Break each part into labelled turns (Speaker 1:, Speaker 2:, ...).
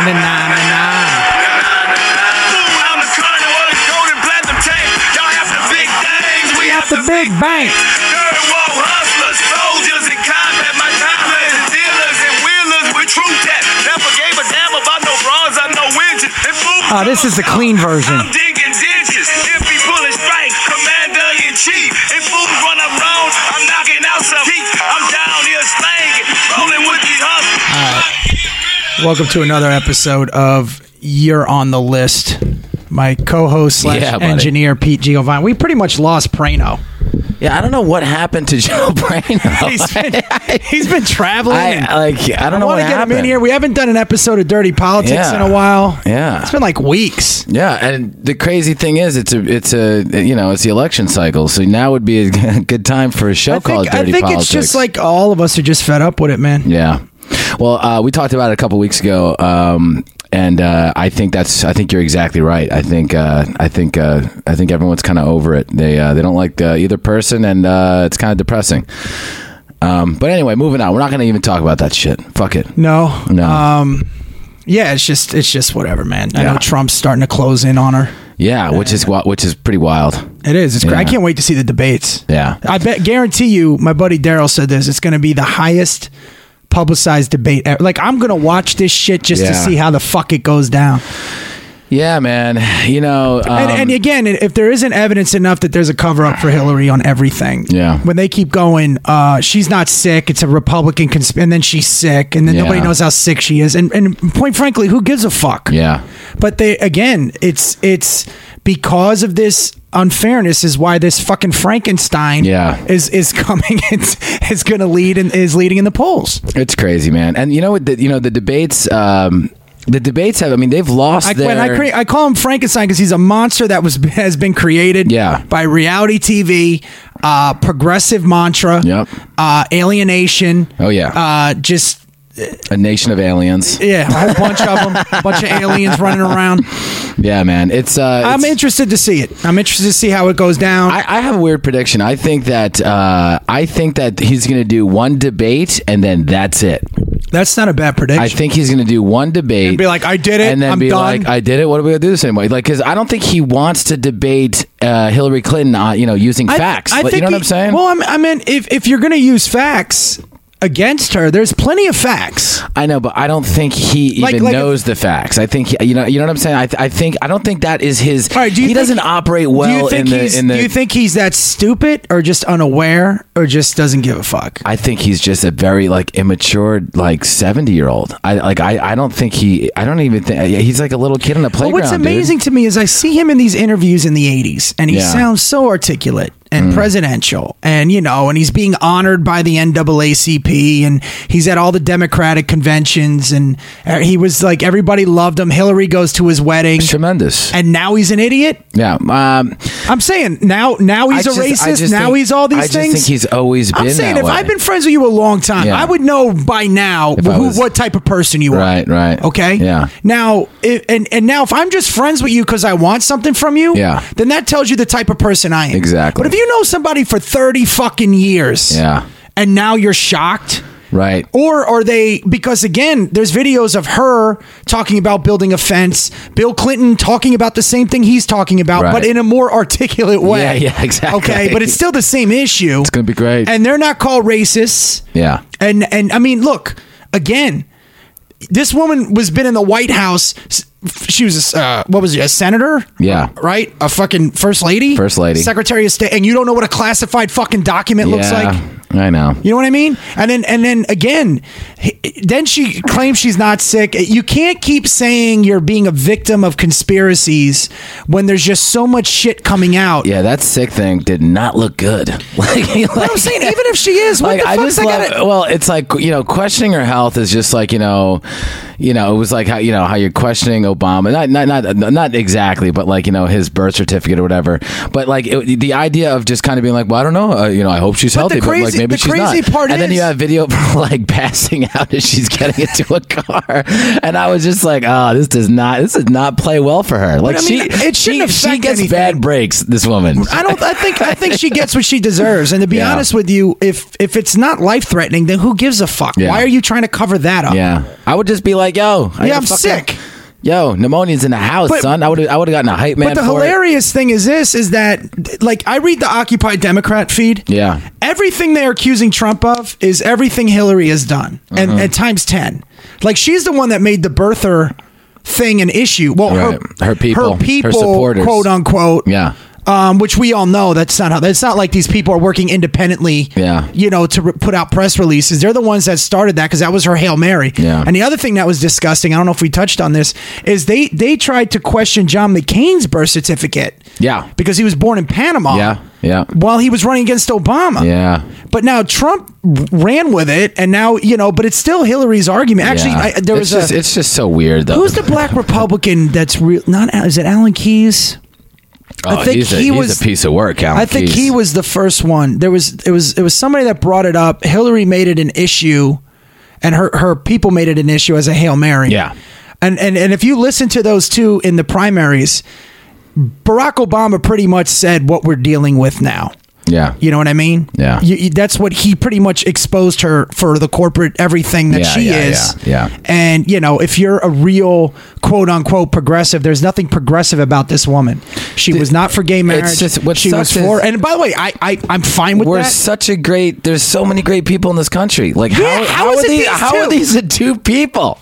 Speaker 1: Na na na na.
Speaker 2: I'm the kind of all the gold and platinum tape. Y'all have the big things. We have
Speaker 1: The
Speaker 2: the
Speaker 1: big bank.
Speaker 2: dirt wall hustlers, soldiers in combat. My timers and dealers and wheelers with true debt. Never gave a damn about no bronze, I no widget. And food.
Speaker 1: Oh, this is the clean version.
Speaker 2: I'm digging ditches. If we pull it strike, commander in chief. If fools run up rounds, I'm knocking out some heat. I'm down here slanging, rolling with these hustlers.
Speaker 3: Welcome to another episode of You're on the List. My co-host slash
Speaker 4: Yeah, buddy.
Speaker 3: engineer Pete Giovanni. We pretty much lost Prano.
Speaker 4: Yeah, I don't know what happened to Joe
Speaker 3: He's
Speaker 4: Brano.
Speaker 3: been, he's been traveling. and-
Speaker 4: I like. I don't know
Speaker 3: want
Speaker 4: what
Speaker 3: to get
Speaker 4: happened.
Speaker 3: him in here. We haven't done an episode of Dirty Politics
Speaker 4: Yeah.
Speaker 3: in a while.
Speaker 4: Yeah.
Speaker 3: it's been like weeks.
Speaker 4: Yeah, and the crazy thing is, it's a, it's a, you know, it's the election cycle, so now would be a good time for a show
Speaker 3: I
Speaker 4: called
Speaker 3: think, I
Speaker 4: Dirty
Speaker 3: think
Speaker 4: Politics.
Speaker 3: it's just like all of us are just fed up with it, man.
Speaker 4: yeah. Well, uh, we talked about it a couple weeks ago, um, and uh, I think that's, I think you're exactly right. I think, uh, I think, uh, I think everyone's kind of over it. They, uh, they don't like uh, either person, and uh, it's kind of depressing. Um, but anyway, moving on. We're not going to even talk about that shit. Fuck it.
Speaker 3: No,
Speaker 4: No.
Speaker 3: Um, yeah, it's just it's just whatever, man. I know
Speaker 4: Yeah.
Speaker 3: Trump's starting to close in on her.
Speaker 4: Yeah, which is wa- which is pretty wild.
Speaker 3: It is. It's cra- I
Speaker 4: Yeah.
Speaker 3: can't wait to see the debates.
Speaker 4: Yeah.
Speaker 3: I bet guarantee you, my buddy Daryl said this. It's going to be the highest publicized debate. Ever. Like I'm going to watch this shit just to
Speaker 4: Yeah.
Speaker 3: see how the fuck it goes down.
Speaker 4: Yeah, man. You know, um,
Speaker 3: and, and again, if there isn't evidence enough that there's a cover up for Hillary on everything,
Speaker 4: Yeah.
Speaker 3: When they keep going, uh, she's not sick. It's a Republican, consp- and then she's sick, and then
Speaker 4: Yeah.
Speaker 3: nobody knows how sick she is. And and point frankly, who gives a fuck?
Speaker 4: yeah.
Speaker 3: But they again, it's it's because of this unfairness is why this fucking Frankenstein
Speaker 4: Yeah.
Speaker 3: is is coming it's is going to lead and is leading in the polls.
Speaker 4: It's crazy, man. And you know what? The, you know the debates. Um, the debates have. I mean, they've lost
Speaker 3: I,
Speaker 4: their.
Speaker 3: when I, cre- I call him Frankenstein because he's a monster that was has been created
Speaker 4: Yeah.
Speaker 3: by reality TV, uh, progressive mantra,
Speaker 4: Yep.
Speaker 3: uh, alienation.
Speaker 4: Oh, yeah.
Speaker 3: uh, just
Speaker 4: a nation of aliens.
Speaker 3: yeah, a whole bunch of them, a bunch of aliens running around.
Speaker 4: Yeah, man. It's. Uh,
Speaker 3: I'm
Speaker 4: it's-
Speaker 3: interested to see it. I'm interested to see how it goes down.
Speaker 4: I, I have a weird prediction. I think that uh, I think that he's going to do one debate and then that's it.
Speaker 3: That's not a bad prediction.
Speaker 4: I think he's going to do one debate
Speaker 3: And be like, "I did it.
Speaker 4: and then
Speaker 3: I'm
Speaker 4: be
Speaker 3: done."
Speaker 4: like, "I did it." What are we going to do this anymore? Like, because I don't think he wants to debate uh, Hillary Clinton, on, you know, using
Speaker 3: I-
Speaker 4: facts.
Speaker 3: I
Speaker 4: Like, you
Speaker 3: think
Speaker 4: know what
Speaker 3: he-
Speaker 4: I'm saying?
Speaker 3: Well, I'm, I mean, if if you're going to use facts against her, there's plenty of facts.
Speaker 4: I know, but I don't think he even
Speaker 3: Like- like
Speaker 4: knows the facts. I think he- you know, you know what I'm saying. I, I think I don't think that is his.
Speaker 3: All right, do you
Speaker 4: he
Speaker 3: think-
Speaker 4: doesn't operate
Speaker 3: do
Speaker 4: well
Speaker 3: you think
Speaker 4: in the
Speaker 3: he's
Speaker 4: in the.
Speaker 3: do you think he's that stupid or just unaware or just doesn't give a fuck?
Speaker 4: I think he's just a very like immature like seventy year old. I like I, I don't think he I don't even think he's like a little kid on a
Speaker 3: But
Speaker 4: playground.
Speaker 3: what's
Speaker 4: dude.
Speaker 3: amazing to me is I see him in these interviews in the 80s and he
Speaker 4: Yeah. Mm.
Speaker 3: sounds so articulate and presidential and you know and he's being honored by the NAACP and he's at all the Democratic conventions and uh, he was like everybody loved him Hillary goes to his wedding
Speaker 4: It's tremendous.
Speaker 3: and now he's an idiot
Speaker 4: yeah, um,
Speaker 3: I'm saying now now he's
Speaker 4: I
Speaker 3: a
Speaker 4: just- I
Speaker 3: racist.
Speaker 4: just
Speaker 3: now
Speaker 4: think-
Speaker 3: he's all these
Speaker 4: I just
Speaker 3: things.
Speaker 4: think he's always
Speaker 3: I'm
Speaker 4: been
Speaker 3: saying
Speaker 4: that
Speaker 3: if
Speaker 4: way.
Speaker 3: I've been friends with you a long time,
Speaker 4: Yeah.
Speaker 3: I would know by now
Speaker 4: If I
Speaker 3: who,
Speaker 4: was-
Speaker 3: what type of person you are.
Speaker 4: Right, right.
Speaker 3: Okay.
Speaker 4: Yeah.
Speaker 3: Now if, and and now if I'm just friends with you because I want something from you,
Speaker 4: Yeah.
Speaker 3: then that tells you the type of person I am.
Speaker 4: Exactly.
Speaker 3: But if you know somebody for thirty fucking years,
Speaker 4: Yeah.
Speaker 3: and now you're shocked.
Speaker 4: right.
Speaker 3: Or are they because again, there's videos of her talking about building a fence, Bill Clinton talking about the same thing he's talking about,
Speaker 4: Right.
Speaker 3: but in a more articulate way.
Speaker 4: Yeah, yeah, exactly.
Speaker 3: Okay, but it's still the same issue. It's
Speaker 4: gonna be great.
Speaker 3: And they're not called racists.
Speaker 4: Yeah.
Speaker 3: And and I mean, look, again, this woman was been in the White House. s- She was uh, what was she, a senator?
Speaker 4: Yeah.
Speaker 3: right. A fucking first lady,
Speaker 4: First lady.
Speaker 3: secretary of state, and you don't know what a classified fucking document looks
Speaker 4: yeah,
Speaker 3: like.
Speaker 4: I know.
Speaker 3: You know what I mean? And then and then again, h- then she claims she's not sick. You can't keep saying you're being a victim of conspiracies when there's just so much shit coming out.
Speaker 4: Yeah, that sick thing did not look good. like,
Speaker 3: But I'm saying even if she is, what
Speaker 4: like
Speaker 3: the
Speaker 4: I
Speaker 3: fuck's
Speaker 4: just
Speaker 3: I
Speaker 4: love.
Speaker 3: gotta-
Speaker 4: well, it's like you know, questioning her health is just like you know, you know, it was like how you know how you're questioning Obama, not not not not exactly, but like you know his birth certificate or whatever. But like it, the idea of just kind of being like, well, I don't know, uh, you know, I hope she's
Speaker 3: But the
Speaker 4: healthy, but like
Speaker 3: crazy-
Speaker 4: maybe
Speaker 3: the
Speaker 4: she's
Speaker 3: crazy
Speaker 4: not.
Speaker 3: part
Speaker 4: and then
Speaker 3: is-
Speaker 4: you have video of her like passing out as she's getting into a car, and I was just like, oh, this does not this does not play well for her. Like
Speaker 3: I mean,
Speaker 4: she
Speaker 3: it shouldn't
Speaker 4: she, she
Speaker 3: affect
Speaker 4: gets
Speaker 3: anything.
Speaker 4: bad breaks. This woman,
Speaker 3: I don't. I think. I think she gets what she deserves. And to be
Speaker 4: Yeah.
Speaker 3: honest with you, if if it's not life threatening, then who gives a fuck?
Speaker 4: Yeah.
Speaker 3: Why are you trying to cover that up?
Speaker 4: Yeah, I would just be like, yo, I
Speaker 3: Yeah,
Speaker 4: gotta
Speaker 3: I'm
Speaker 4: fucking-
Speaker 3: sick.
Speaker 4: Yo, pneumonia's in the house,
Speaker 3: But-
Speaker 4: son. I would I would have gotten a hype man.
Speaker 3: But the
Speaker 4: for it.
Speaker 3: hilarious thing is this: is that like I read the Occupy Democrat feed.
Speaker 4: Yeah.
Speaker 3: Everything they're accusing Trump of is everything Hillary has done, and,
Speaker 4: Uh-huh.
Speaker 3: and times ten. Like she's the one that made the birther thing an issue. Well,
Speaker 4: Right. Her people, her
Speaker 3: people,
Speaker 4: supporters.
Speaker 3: quote unquote.
Speaker 4: Yeah.
Speaker 3: Um, which we all know that's not how. That's not like these people are working independently.
Speaker 4: Yeah.
Speaker 3: You know, to re- put out press releases, they're the ones that started that because that was her hail mary.
Speaker 4: Yeah.
Speaker 3: And the other thing that was disgusting, I don't know if we touched on this, is they they tried to question John McCain's birth certificate.
Speaker 4: Yeah.
Speaker 3: Because he was born in Panama.
Speaker 4: Yeah, yeah.
Speaker 3: While he was running against Obama.
Speaker 4: Yeah.
Speaker 3: But now Trump ran with it, and now you know. But it's still Hillary's argument. Actually,
Speaker 4: yeah.
Speaker 3: I, there
Speaker 4: it's
Speaker 3: was
Speaker 4: just,
Speaker 3: a.
Speaker 4: it's just so weird though.
Speaker 3: who's the black Republican that's real? Not is it Alan Keyes?
Speaker 4: Oh,
Speaker 3: I think
Speaker 4: he's a,
Speaker 3: he
Speaker 4: he's
Speaker 3: was-
Speaker 4: a piece of work, Alan
Speaker 3: I think
Speaker 4: Keyes.
Speaker 3: he was the first one. There was it was it was somebody that brought it up. Hillary made it an issue, and her her people made it an issue as a hail mary.
Speaker 4: Yeah.
Speaker 3: and and and if you listen to those two in the primaries, Barack Obama pretty much said what we're dealing with now.
Speaker 4: Yeah.
Speaker 3: You know what I mean?
Speaker 4: Yeah.
Speaker 3: You, you- that's what he pretty much exposed her for the corporate everything that
Speaker 4: Yeah,
Speaker 3: she
Speaker 4: yeah,
Speaker 3: is.
Speaker 4: yeah, yeah.
Speaker 3: And you know, if you're a real quote unquote progressive, there's nothing progressive about this woman. She was not for gay marriage.
Speaker 4: just- what
Speaker 3: she was
Speaker 4: sucks is-
Speaker 3: for. And by the way, I, I I'm fine with
Speaker 4: We're
Speaker 3: that.
Speaker 4: such a great. There's so many great people in this country. Like
Speaker 3: Yeah,
Speaker 4: how,
Speaker 3: how
Speaker 4: how
Speaker 3: is
Speaker 4: are
Speaker 3: it
Speaker 4: these
Speaker 3: these
Speaker 4: how are
Speaker 3: two?
Speaker 4: these the two people?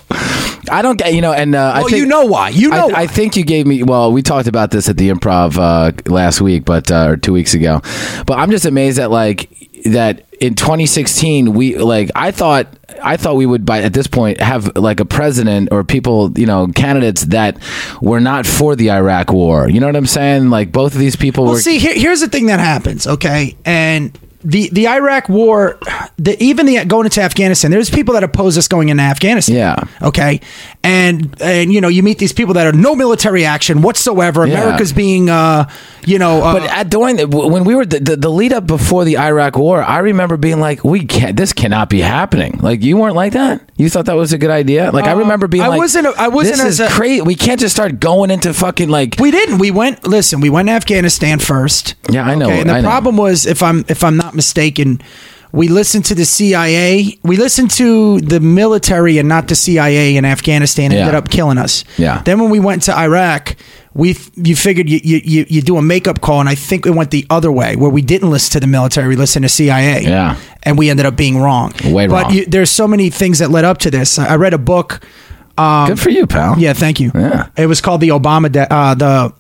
Speaker 4: I don't get you know. And uh, I
Speaker 3: Well,
Speaker 4: think
Speaker 3: Oh, you know why. You know
Speaker 4: I, I
Speaker 3: why.
Speaker 4: think you gave me. Well, we talked about this at the improv uh, last week, but uh, or two weeks ago. But I'm just amazed at like that in 2016 we like I thought I thought we would by at this point have like a president or people you know candidates that were not for the Iraq War. You know what I'm saying? Like both of these people
Speaker 3: Well,
Speaker 4: were.
Speaker 3: see, here, here's the thing that happens, okay? And the the Iraq War, the, even the going into Afghanistan, there's people that oppose us going into Afghanistan.
Speaker 4: Yeah.
Speaker 3: Okay. And and you know you meet these people that are no military action whatsoever.
Speaker 4: Yeah.
Speaker 3: America's being, uh, you know, uh,
Speaker 4: But at during the, when we were the, the, the lead up before the Iraq War, I remember being like, "We can't. This cannot be happening." Like you weren't like that. You thought that was a good idea. Like I remember being.
Speaker 3: Uh, I
Speaker 4: like,
Speaker 3: wasn't a- I wasn't
Speaker 4: This
Speaker 3: as
Speaker 4: is
Speaker 3: a-
Speaker 4: crazy. We can't just start going into fucking like.
Speaker 3: we didn't. We went. Listen, we went to Afghanistan first.
Speaker 4: Yeah, I know,
Speaker 3: Okay, and the
Speaker 4: I know.
Speaker 3: problem was, if I'm if I'm not mistaken, we listened to the CIA. We listened to the military and not the CIA in Afghanistan.
Speaker 4: Yeah.
Speaker 3: Ended up killing us.
Speaker 4: Yeah.
Speaker 3: Then when we went to Iraq, we f- you figured you, you you you do a makeup call, and I think it went the other way where we didn't listen to the military. We listened to CIA.
Speaker 4: Yeah.
Speaker 3: And we ended up being wrong.
Speaker 4: Way
Speaker 3: but
Speaker 4: wrong.
Speaker 3: You, there's so many things that led up to this. I I read a book.
Speaker 4: good for you, pal.
Speaker 3: um, Yeah, thank you.
Speaker 4: Yeah.
Speaker 3: It was called the Obama, de- uh, the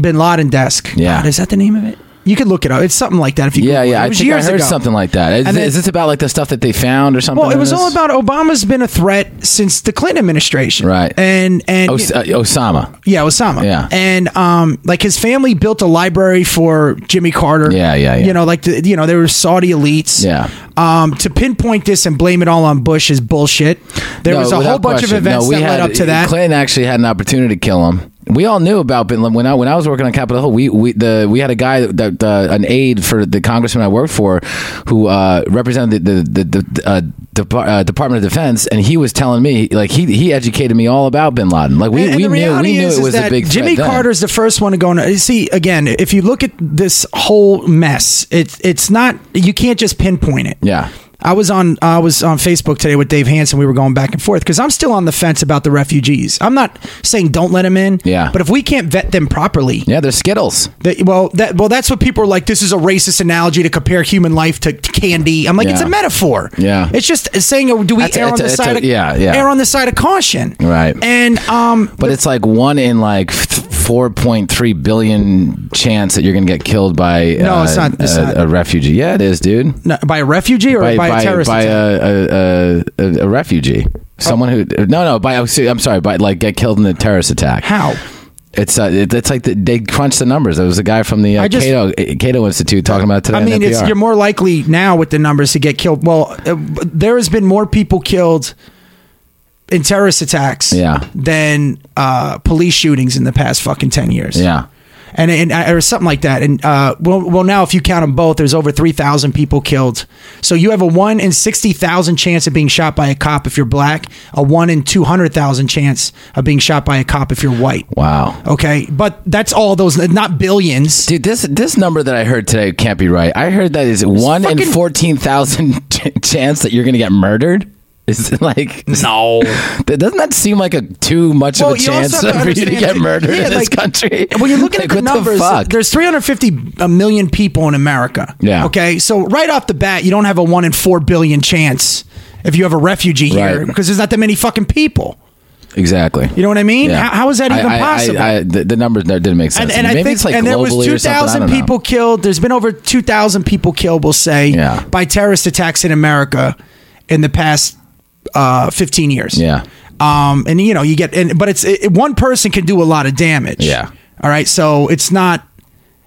Speaker 3: Bin Laden desk.
Speaker 4: Yeah.
Speaker 3: God, is that the name of it? You could look it up. It's something like that. If you Google
Speaker 4: Yeah,
Speaker 3: it.
Speaker 4: yeah.
Speaker 3: It
Speaker 4: I
Speaker 3: was
Speaker 4: think I
Speaker 3: years
Speaker 4: heard
Speaker 3: ago.
Speaker 4: something like that. Is,
Speaker 3: And then-
Speaker 4: is this about like the stuff that they found or something?
Speaker 3: Well, it
Speaker 4: in
Speaker 3: was
Speaker 4: this?
Speaker 3: all about Obama's been a threat since the Clinton administration,
Speaker 4: Right.
Speaker 3: And and
Speaker 4: Os- uh, Osama.
Speaker 3: yeah, Osama,
Speaker 4: Yeah.
Speaker 3: and um, like his family built a library for Jimmy Carter,
Speaker 4: Yeah, yeah, yeah.
Speaker 3: You know, like the, you know, they were Saudi elites,
Speaker 4: Yeah.
Speaker 3: Um, to pinpoint this and blame it all on Bush is bullshit. There
Speaker 4: No,
Speaker 3: was a whole
Speaker 4: without
Speaker 3: bunch
Speaker 4: question.
Speaker 3: of events
Speaker 4: No, we
Speaker 3: that
Speaker 4: had-
Speaker 3: led up to that.
Speaker 4: Clinton actually had an opportunity to kill him. We all knew about Bin Laden. When I, when I was working on Capitol Hill, we, we, the, we had a guy, that, uh, an aide for the congressman I worked for, who uh, represented the, the, the, the uh, Depar- uh, Department of Defense, and he was telling me, like, he, he educated me all about Bin Laden. Like, we,
Speaker 3: And- and
Speaker 4: we
Speaker 3: the
Speaker 4: knew,
Speaker 3: reality
Speaker 4: we knew
Speaker 3: is-
Speaker 4: it
Speaker 3: is
Speaker 4: was a
Speaker 3: that
Speaker 4: big threat
Speaker 3: Jimmy
Speaker 4: then.
Speaker 3: Carter's the first one to go. in- See, again, if you look at this whole mess, it's it's not you can't just pinpoint it.
Speaker 4: Yeah.
Speaker 3: I was on I was on Facebook today with Dave Hansen. We were going back and forth because I'm still on the fence about the refugees. I'm not saying don't let them in.
Speaker 4: Yeah.
Speaker 3: But if we can't vet them properly,
Speaker 4: Yeah, they're Skittles.
Speaker 3: that, well, that well, that's what people are like. This is a racist analogy to compare human life to, to candy. I'm like, it's
Speaker 4: Yeah.
Speaker 3: a metaphor.
Speaker 4: Yeah.
Speaker 3: it's just saying, oh, do we
Speaker 4: That's a-
Speaker 3: err on
Speaker 4: it's a-
Speaker 3: the
Speaker 4: it's
Speaker 3: side?
Speaker 4: a-
Speaker 3: of,
Speaker 4: yeah, yeah.
Speaker 3: Err on the side of caution.
Speaker 4: Right.
Speaker 3: And um,
Speaker 4: But it's like one in like four point three billion chance that you're gonna get killed by
Speaker 3: No,
Speaker 4: uh,
Speaker 3: it's not- it's
Speaker 4: a,
Speaker 3: not.
Speaker 4: a refugee. Yeah, it is, dude.
Speaker 3: No, by a refugee or by, a terrorist
Speaker 4: by
Speaker 3: attack?
Speaker 4: a, a, a, a refugee, someone who no no by oh, I'm sorry by like get killed in a terrorist attack.
Speaker 3: How?
Speaker 4: It's uh, it, it's like the, they crunched the numbers. There was a guy from the uh,
Speaker 3: I just-
Speaker 4: Cato Cato Institute talking about it today.
Speaker 3: I
Speaker 4: on
Speaker 3: mean, it's,
Speaker 4: NPR.
Speaker 3: you're more likely now with the numbers to get killed. Well, uh, there has been more people killed in terrorist attacks
Speaker 4: Yeah.
Speaker 3: than uh, police shootings in the past fucking 10 years.
Speaker 4: Yeah.
Speaker 3: And, and uh, or something like that. And uh, well, well, now if you count them both, there's over 3,000 people killed. So you have a 1 in 60,000 chance of being shot by a cop if you're black, a 1 in 200,000 chance of being shot by a cop if you're white.
Speaker 4: Wow.
Speaker 3: Okay. But that's all those, not billions.
Speaker 4: Dude, this this number that I heard today can't be right. I heard that is one in
Speaker 3: fucking-
Speaker 4: fourteen thousand chance that you're gonna get murdered. Is it like
Speaker 1: No.
Speaker 4: that- doesn't that seem like a too much
Speaker 3: Well,
Speaker 4: of a
Speaker 3: you also
Speaker 4: chance
Speaker 3: have to
Speaker 4: for you to
Speaker 3: understand
Speaker 4: get
Speaker 3: that-
Speaker 4: murdered
Speaker 3: yeah,
Speaker 4: in this
Speaker 3: like,
Speaker 4: country?
Speaker 3: when you're looking at
Speaker 4: Like,
Speaker 3: the
Speaker 4: what
Speaker 3: numbers,
Speaker 4: fuck?
Speaker 3: there's 350 uh, million people in America.
Speaker 4: Yeah.
Speaker 3: Okay. So right off the bat, you don't have a one in four billion chance if you have a refugee here
Speaker 4: Right.
Speaker 3: because there's not that many fucking people.
Speaker 4: exactly.
Speaker 3: You know what I mean?
Speaker 4: Yeah.
Speaker 3: How, how is that
Speaker 4: I-
Speaker 3: even
Speaker 4: I- I-
Speaker 3: possible?
Speaker 4: I- the, the numbers no, didn't make sense.
Speaker 3: and, and
Speaker 4: Maybe
Speaker 3: I think
Speaker 4: it's like
Speaker 3: and there was
Speaker 4: globally or something. I
Speaker 3: 2,000
Speaker 4: don't know.
Speaker 3: people killed. There's been over 2,000 people killed, we'll say,
Speaker 4: Yeah.
Speaker 3: by terrorist attacks in America in the past uh, 15 years.
Speaker 4: Yeah.
Speaker 3: Um, and you know, you get, and but it's it, one person can do a lot of damage.
Speaker 4: Yeah.
Speaker 3: All right. So it's not.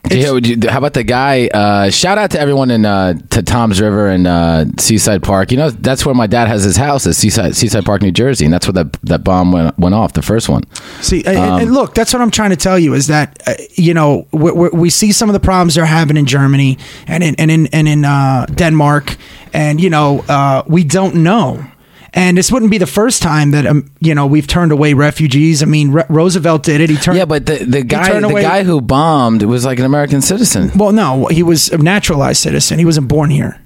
Speaker 4: Yeah,
Speaker 3: It's-
Speaker 4: would you- how about the guy? Uh, shout out to everyone in uh, to Tom's River and uh, Seaside Park. You know that's where my dad has his house at Seaside Seaside Park, New Jersey, and that's where that that bomb went went off, the first one.
Speaker 3: See, and- and,
Speaker 4: Um,
Speaker 3: and look, that's what I'm trying to tell you is that uh, you know we, we, we see some of the problems they're having in Germany and in and in and in uh, Denmark, and you know uh, we don't know. And this wouldn't be the first time that um, you know we've turned away refugees. I mean, Re- Roosevelt did it. He turned
Speaker 4: Yeah, but the the guy
Speaker 3: turned
Speaker 4: the
Speaker 3: away-
Speaker 4: guy who bombed was like an American citizen.
Speaker 3: well, no, he was a naturalized citizen. He wasn't born here.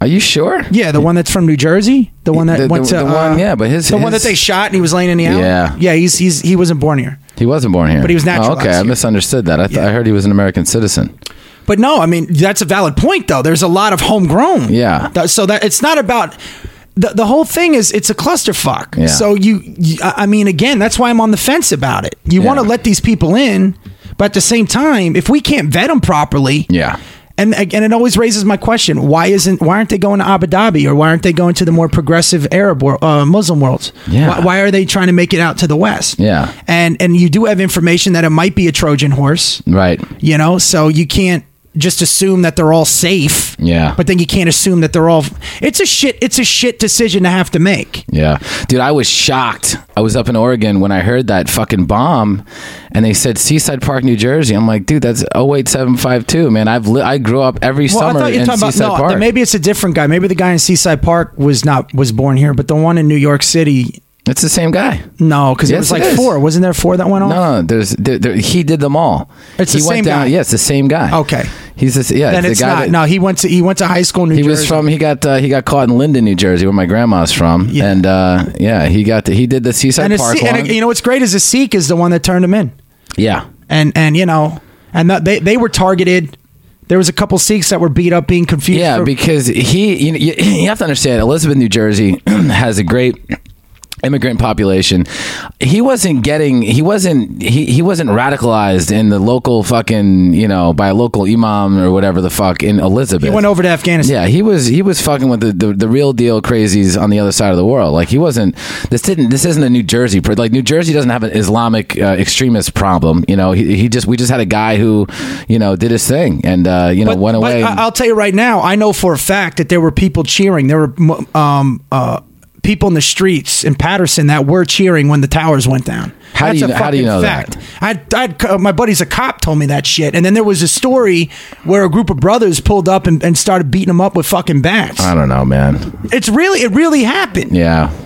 Speaker 4: Are you sure?
Speaker 3: Yeah, the one that's from New Jersey, the one that
Speaker 4: The-
Speaker 3: went
Speaker 4: the-
Speaker 3: to
Speaker 4: the one-
Speaker 3: uh,
Speaker 4: yeah, but his-
Speaker 3: the one
Speaker 4: his-
Speaker 3: that they shot and he was laying in the alley.
Speaker 4: Yeah.
Speaker 3: yeah, he's he's he wasn't born here.
Speaker 4: He wasn't born here,
Speaker 3: But he was
Speaker 4: Oh,
Speaker 3: naturalized
Speaker 4: okay, I
Speaker 3: here.
Speaker 4: misunderstood that. I, th-
Speaker 3: Yeah.
Speaker 4: I heard he was an American citizen.
Speaker 3: But no, I mean that's a valid point though. There's a lot of homegrown.
Speaker 4: Yeah.
Speaker 3: Th- So that it's not about the the whole thing is it's a clusterfuck.
Speaker 4: Yeah.
Speaker 3: So you, you I I mean again, that's why I'm on the fence about it. You
Speaker 4: Yeah.
Speaker 3: want to let these people in, but at the same time, if we can't vet them properly,
Speaker 4: Yeah.
Speaker 3: And and it always raises my question: Why isn't why aren't they going to Abu Dhabi or why aren't they going to the more progressive Arab world, uh, Muslim worlds?
Speaker 4: Yeah.
Speaker 3: Why, why are they trying to make it out to the West?
Speaker 4: Yeah.
Speaker 3: And and you do have information that it might be a Trojan horse
Speaker 4: Right.
Speaker 3: you know so you can't just assume that they're all safe
Speaker 4: Yeah.
Speaker 3: but then you can't assume that they're all it's a shit it's a shit decision to have to make
Speaker 4: Yeah. Dude, I was shocked. I was up in Oregon when I heard that fucking bomb and they said Seaside Park, New Jersey. I'm like, dude, that's 08752, man. I've li- I grew up every summer in Seaside Park.
Speaker 3: then maybe it's a different guy maybe the guy in seaside park was not was born here but the one in new york city
Speaker 4: it's the same guy.
Speaker 3: no because
Speaker 4: Yes,
Speaker 3: it was
Speaker 4: it
Speaker 3: like
Speaker 4: is.
Speaker 3: four wasn't there four that went off
Speaker 4: No, there's there, there, he did them all.
Speaker 3: Oh. It's
Speaker 4: he
Speaker 3: the same guy.
Speaker 4: Yeah, it's the same guy.
Speaker 3: Okay.
Speaker 4: He's this yeah,
Speaker 3: then
Speaker 4: the
Speaker 3: it's
Speaker 4: guy
Speaker 3: not
Speaker 4: that-
Speaker 3: no he went to he went to high school in new
Speaker 4: He
Speaker 3: jersey
Speaker 4: was from. He got. Uh, he got caught in Linden, New Jersey, where my grandma's from.
Speaker 3: Yeah.
Speaker 4: And uh, yeah, he got. he did the Seaside
Speaker 3: and, a,
Speaker 4: Park
Speaker 3: Se-
Speaker 4: one.
Speaker 3: and a- you know what's great is a sikh is the one that turned him in
Speaker 4: yeah,
Speaker 3: and and you know and that, they they were targeted there was a couple sikhs that were beat up being confused
Speaker 4: Yeah,
Speaker 3: for-
Speaker 4: because he, you, know, you, you have to understand, Elizabeth, New Jersey has a great immigrant population. He wasn't getting, he wasn't, he, he wasn't radicalized in the local fucking, you know, by a local imam or whatever the fuck in Elizabeth.
Speaker 3: he went over to afghanistan
Speaker 4: Yeah, he was he was fucking with the, the, the real deal crazies on the other side of the world. Like he wasn't this didn't this isn't a New Jersey pro- like New Jersey doesn't have an Islamic uh, extremist problem. You know, he, he just we just had a guy who you know did his thing and uh, you know went away.
Speaker 3: I, I'll tell you right now, I know for a fact that there were people cheering. There were um, uh, people in the streets in Patterson that were cheering when the towers went down.
Speaker 4: How do
Speaker 3: That's
Speaker 4: you
Speaker 3: a
Speaker 4: kn- how do you
Speaker 3: fucking
Speaker 4: know
Speaker 3: fact. that? I, I'd, uh, my buddy's a cop told me that shit, and then there was a story where a group of brothers pulled up and, and started beating them up with fucking bats.
Speaker 4: I don't know, man.
Speaker 3: It's really, it really happened.
Speaker 4: Uh. Yeah.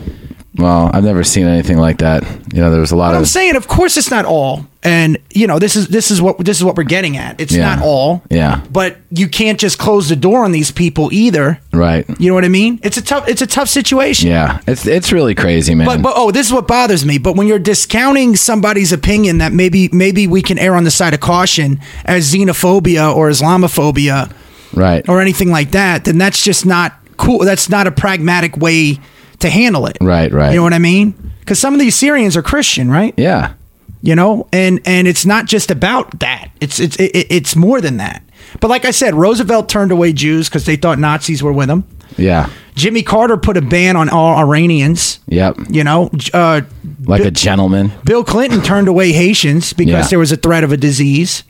Speaker 4: Well, I've never seen anything like that. You know, there was a lot
Speaker 3: But I'm
Speaker 4: of.
Speaker 3: saying, of course, it's not all, and you know, this is this is what this is what we're getting at. It's
Speaker 4: Yeah.
Speaker 3: not all,
Speaker 4: Yeah.
Speaker 3: But you can't just close the door on these people either.
Speaker 4: Right.
Speaker 3: You know what I mean? It's a tough it's a tough situation.
Speaker 4: Yeah. It's it's really crazy, man.
Speaker 3: But but oh, this is what bothers me. But when you're discounting somebody's opinion that maybe maybe we can err on the side of caution as xenophobia or Islamophobia
Speaker 4: right.
Speaker 3: or anything like that, then that's just not cool. That's not a pragmatic way to handle it.
Speaker 4: Right, right.
Speaker 3: You know what I mean? Because some of these Syrians are Christian, right?
Speaker 4: yeah.
Speaker 3: you know and and it's not just about that it's it's it, it- it's more than that but like i said roosevelt turned away jews because they thought nazis were with him
Speaker 4: Yeah.
Speaker 3: jimmy carter put a ban on all iranians
Speaker 4: Yep.
Speaker 3: you know J- uh,
Speaker 4: Like a gentleman.
Speaker 3: bill clinton turned away haitians because
Speaker 4: Yeah.
Speaker 3: there was a threat of a disease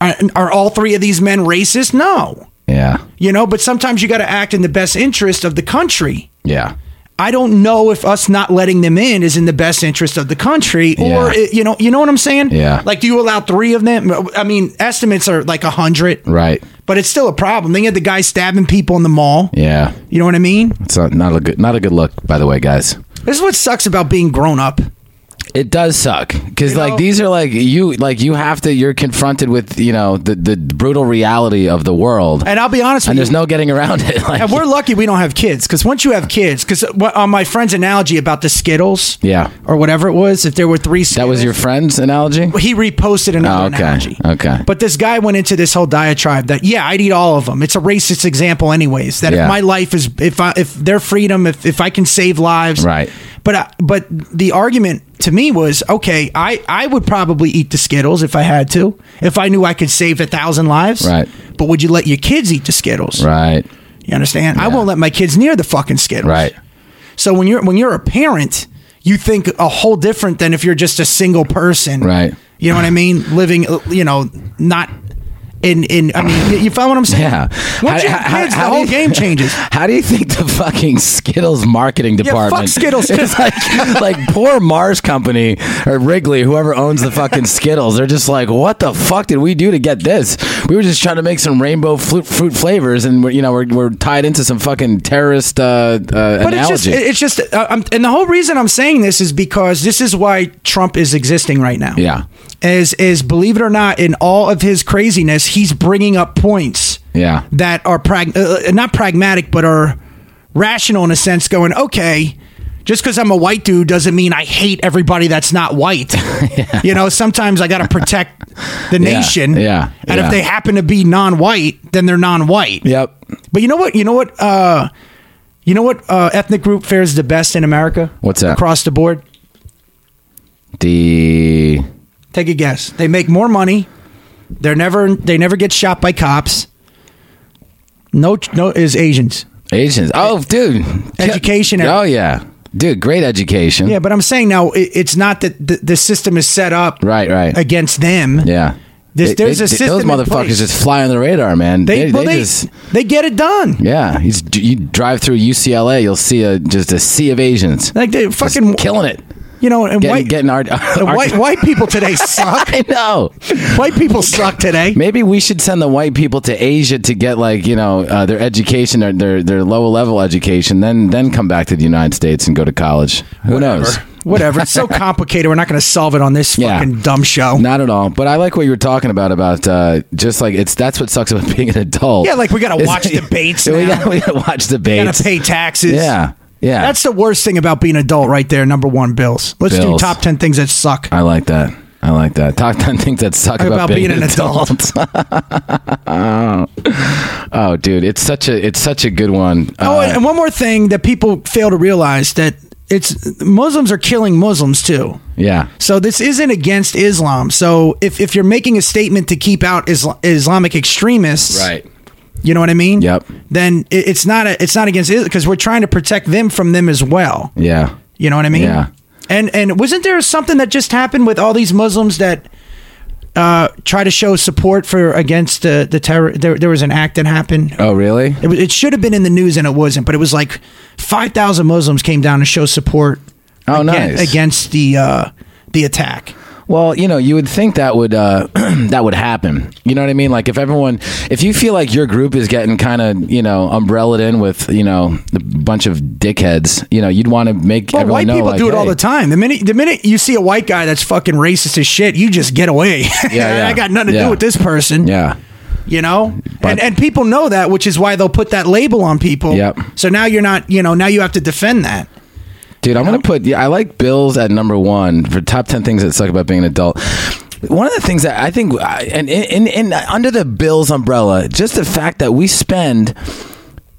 Speaker 3: are, are all three of these men racist no
Speaker 4: Yeah.
Speaker 3: you know but sometimes you got to act in the best interest of the country
Speaker 4: Yeah.
Speaker 3: I don't know if us not letting them in is in the best interest of the country, or
Speaker 4: Yeah.
Speaker 3: it, you know, you know what I'm saying?
Speaker 4: Yeah.
Speaker 3: Like, do you allow three of them? I mean, estimates are like a hundred,
Speaker 4: Right.
Speaker 3: But it's still a problem. They had the guy stabbing people in the mall.
Speaker 4: Yeah.
Speaker 3: You know what I mean?
Speaker 4: It's not, not a good not a good look, by the way, guys.
Speaker 3: This is what sucks about being grown up.
Speaker 4: It does suck because
Speaker 3: You
Speaker 4: like
Speaker 3: know-
Speaker 4: these are like you like you have to you're confronted with you know the the brutal reality of the world and,
Speaker 3: And I'll be honest with you.
Speaker 4: there's no getting around it. Like,
Speaker 3: And we're lucky we don't have kids because once you have kids, because on my friend's analogy about the Skittles,
Speaker 4: Yeah.
Speaker 3: or whatever it was, if there were three,
Speaker 4: that was your friend's analogy.
Speaker 3: He reposted another
Speaker 4: Oh, okay.
Speaker 3: analogy.
Speaker 4: Okay.
Speaker 3: But this guy went into this whole diatribe that yeah, I'd eat all of them. It's a racist example, anyways. That
Speaker 4: Yeah.
Speaker 3: if my life is if I, if their freedom, if if I can save lives,
Speaker 4: Right.
Speaker 3: But I, but the argument to me was okay. I I would probably eat the Skittles if I had to, if I knew I could save a thousand lives.
Speaker 4: Right.
Speaker 3: But would you let your kids eat the Skittles?
Speaker 4: Right.
Speaker 3: You understand? I won't let my kids near the fucking Skittles.
Speaker 4: Right.
Speaker 3: So when you're when you're a parent, you think a whole different than if you're just a single person.
Speaker 4: Right.
Speaker 3: You know what I mean? Living, uh, you know, not in in. I mean, you- you follow what I'm saying?
Speaker 4: Yeah.
Speaker 3: Once you
Speaker 4: How-
Speaker 3: have
Speaker 4: how-
Speaker 3: kids,
Speaker 4: how
Speaker 3: the
Speaker 4: do
Speaker 3: whole
Speaker 4: you-
Speaker 3: game changes.
Speaker 4: How do you think the fucking Skittles marketing department?
Speaker 3: Skittles.
Speaker 4: It's like like poor Mars Company or Wrigley, whoever owns the fucking Skittles. They're just like, what the fuck did we do to get this? We were just trying to make some rainbow fruit, fruit flavors, and we're, you know we're, we're tied into some fucking terrorist uh, uh,
Speaker 3: But it's
Speaker 4: analogy.
Speaker 3: just, it- it's just, uh, I'm, and the whole reason I'm saying this is because this is why Trump is existing right now.
Speaker 4: Yeah.
Speaker 3: Is is believe it or not, in all of his craziness, he's bringing up points.
Speaker 4: Yeah.
Speaker 3: That are prag- uh, not pragmatic, but are rational in a sense. Going okay. Just because I'm a white dude doesn't mean I hate everybody that's not white. You know, sometimes I got to protect the nation.
Speaker 4: yeah,
Speaker 3: And
Speaker 4: yeah.
Speaker 3: if they happen to be non-white, then they're non-white.
Speaker 4: yep.
Speaker 3: But you know what? You know what? Uh, you know what? Uh, ethnic group fares the best in America.
Speaker 4: What's that?
Speaker 3: Across the board.
Speaker 4: The
Speaker 3: Take a guess. They make more money. They're never. They never get shot by cops. No, no, is Asians.
Speaker 4: Asians. Oh, dude.
Speaker 3: Education.
Speaker 4: Oh yeah, dude. Great education.
Speaker 3: Yeah, but I'm saying now it, it's not that the, the system is set up
Speaker 4: Right. Right.
Speaker 3: against them.
Speaker 4: yeah.
Speaker 3: There's- there's a
Speaker 4: those
Speaker 3: system in
Speaker 4: motherfuckers
Speaker 3: place.
Speaker 4: just fly on the radar, man.
Speaker 3: They
Speaker 4: they,
Speaker 3: well,
Speaker 4: they
Speaker 3: they,
Speaker 4: just
Speaker 3: they get it done.
Speaker 4: Yeah, he's you drive through UCLA, you'll see a just a sea of Asians,
Speaker 3: Like they
Speaker 4: Just
Speaker 3: fucking
Speaker 4: killing it,
Speaker 3: You know, and
Speaker 4: getting,
Speaker 3: white
Speaker 4: getting our,
Speaker 3: and
Speaker 4: our-
Speaker 3: white white people today suck.
Speaker 4: I know.
Speaker 3: white people suck today.
Speaker 4: Maybe we should send the white people to Asia to get like you know uh, their education, their their their lower level education, then then come back to the United States and go to college. Who knows?
Speaker 3: Whatever. It's so complicated. We're not going to solve it on this
Speaker 4: Yeah.
Speaker 3: fucking dumb show.
Speaker 4: Not at all. But I like what you were talking about about uh, just like it's that's what sucks about being an adult.
Speaker 3: Yeah, like we gotta
Speaker 4: It's-
Speaker 3: watch debates
Speaker 4: We
Speaker 3: now.
Speaker 4: gotta, we gotta watch
Speaker 3: You
Speaker 4: debates.
Speaker 3: gotta pay taxes.
Speaker 4: Yeah, yeah.
Speaker 3: That's the worst thing about being an adult, right there. Number one, bills. Let's
Speaker 4: Bills.
Speaker 3: do top ten things that suck.
Speaker 4: I like that. I like that. Talk ten things that suck about,
Speaker 3: About being an
Speaker 4: oh, dude, it's such a it's such a good one.
Speaker 3: oh,
Speaker 4: Uh,
Speaker 3: and, and one more thing that people fail to realize that it's Muslims are killing Muslims too.
Speaker 4: yeah,
Speaker 3: So this isn't against Islam. So if, if you're making a statement to keep out Isla- Islamic extremists,
Speaker 4: right.
Speaker 3: You know what I mean?
Speaker 4: Yep.
Speaker 3: Then it, it's not a, it's not against it because we're trying to protect them from them as well.
Speaker 4: Yeah,
Speaker 3: You know what I mean?
Speaker 4: Yeah.
Speaker 3: And and wasn't there something that just happened with all these Muslims that uh, try to show support for against the the terror? There, there was an act that happened.
Speaker 4: Oh, really?
Speaker 3: It, was- it should have been in the news and it wasn't, but it was like five thousand Muslims came down to show support.
Speaker 4: Oh,
Speaker 3: again-
Speaker 4: nice.
Speaker 3: against the uh, the attack.
Speaker 4: Well, you know, you would think that would uh, that would happen. You know what I mean? Like if everyone, if you feel like your group is getting kind of you know umbrellaed in with you know a bunch of dickheads, you know, you'd want to make
Speaker 3: Well,
Speaker 4: everyone
Speaker 3: white
Speaker 4: know,
Speaker 3: people
Speaker 4: like,
Speaker 3: do it all
Speaker 4: hey.
Speaker 3: the time. The minute the minute you see a white guy that's fucking racist as shit, you just get away.
Speaker 4: Yeah, yeah.
Speaker 3: I got nothing to
Speaker 4: Yeah.
Speaker 3: do with this person.
Speaker 4: Yeah.
Speaker 3: you know
Speaker 4: But-
Speaker 3: and and people know that which is why they'll put that label on people
Speaker 4: Yep.
Speaker 3: so now you're not you know now you have to defend that
Speaker 4: Dude, I'm gonna put. Yeah, I like Bills at number one for top ten things that suck about being an adult. One of the things that I think, I- and in, in, in under the Bills umbrella, just the fact that we spend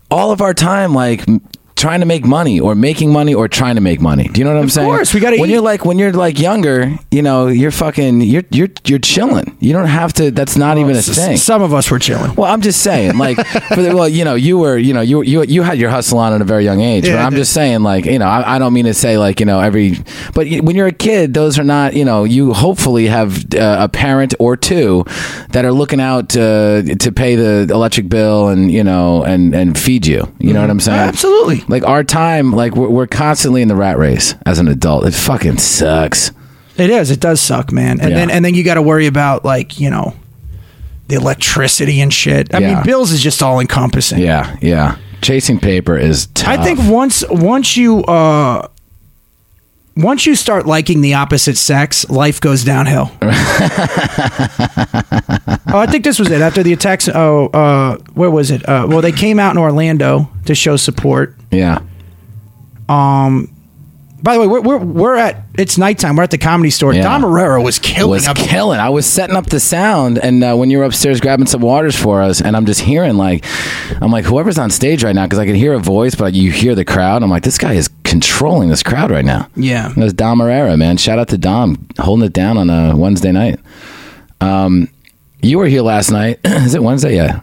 Speaker 4: all of our time like m- trying to make money or making money or trying to make money. Do you know what I'm saying?
Speaker 3: course, we gotta
Speaker 4: When you're
Speaker 3: eat.
Speaker 4: like when you're like younger, you know, you're fucking, you're you're you're chilling. You don't have to. That's not even a thing.
Speaker 3: some of us were chilling
Speaker 4: Well, I'm just saying, like, for the, well, you know, you were, you know, you you you had your hustle on at a very young age.
Speaker 3: Yeah,
Speaker 4: but
Speaker 3: I
Speaker 4: I'm
Speaker 3: did.
Speaker 4: just saying, like, you know, I, I don't mean to say like, you know, every, but y- when you're a kid, those are not, you know, you hopefully have uh, a parent or two that are looking out
Speaker 3: Mm-hmm.
Speaker 4: uh, to pay the electric bill and you know and and feed you. You know what I'm saying?
Speaker 3: Absolutely.
Speaker 4: like our time, like we're, we're constantly in the rat race as an adult. It fucking sucks.
Speaker 3: It is. It does suck, man. And
Speaker 4: Yeah.
Speaker 3: then and then you got to worry about like you know the electricity and shit. I
Speaker 4: Yeah.
Speaker 3: mean, bills is just all encompassing.
Speaker 4: Yeah, yeah. Chasing paper is tough.
Speaker 3: I think once once you uh once you start liking the opposite sex, life goes downhill. oh, I think this was it after the attacks. Oh, uh, where was it? Uh, well, they came out in Orlando to show support.
Speaker 4: Yeah.
Speaker 3: By the way, we're, we're, we're at it's nighttime. We're at the comedy store.
Speaker 4: Yeah.
Speaker 3: Don Herrera was killing
Speaker 4: was
Speaker 3: up.
Speaker 4: killing. I was setting up the sound, and uh, when you were upstairs grabbing some waters for us, and I'm just hearing like, I'm like, whoever's on stage right now, because I can hear a voice, but you hear the crowd. I'm like, this guy is controlling this crowd right now.
Speaker 3: Yeah.
Speaker 4: And that's Dom Herrera, man. Shout out to Dom holding it down on a Wednesday night. Um, you were here last night. is it Wednesday? Yeah.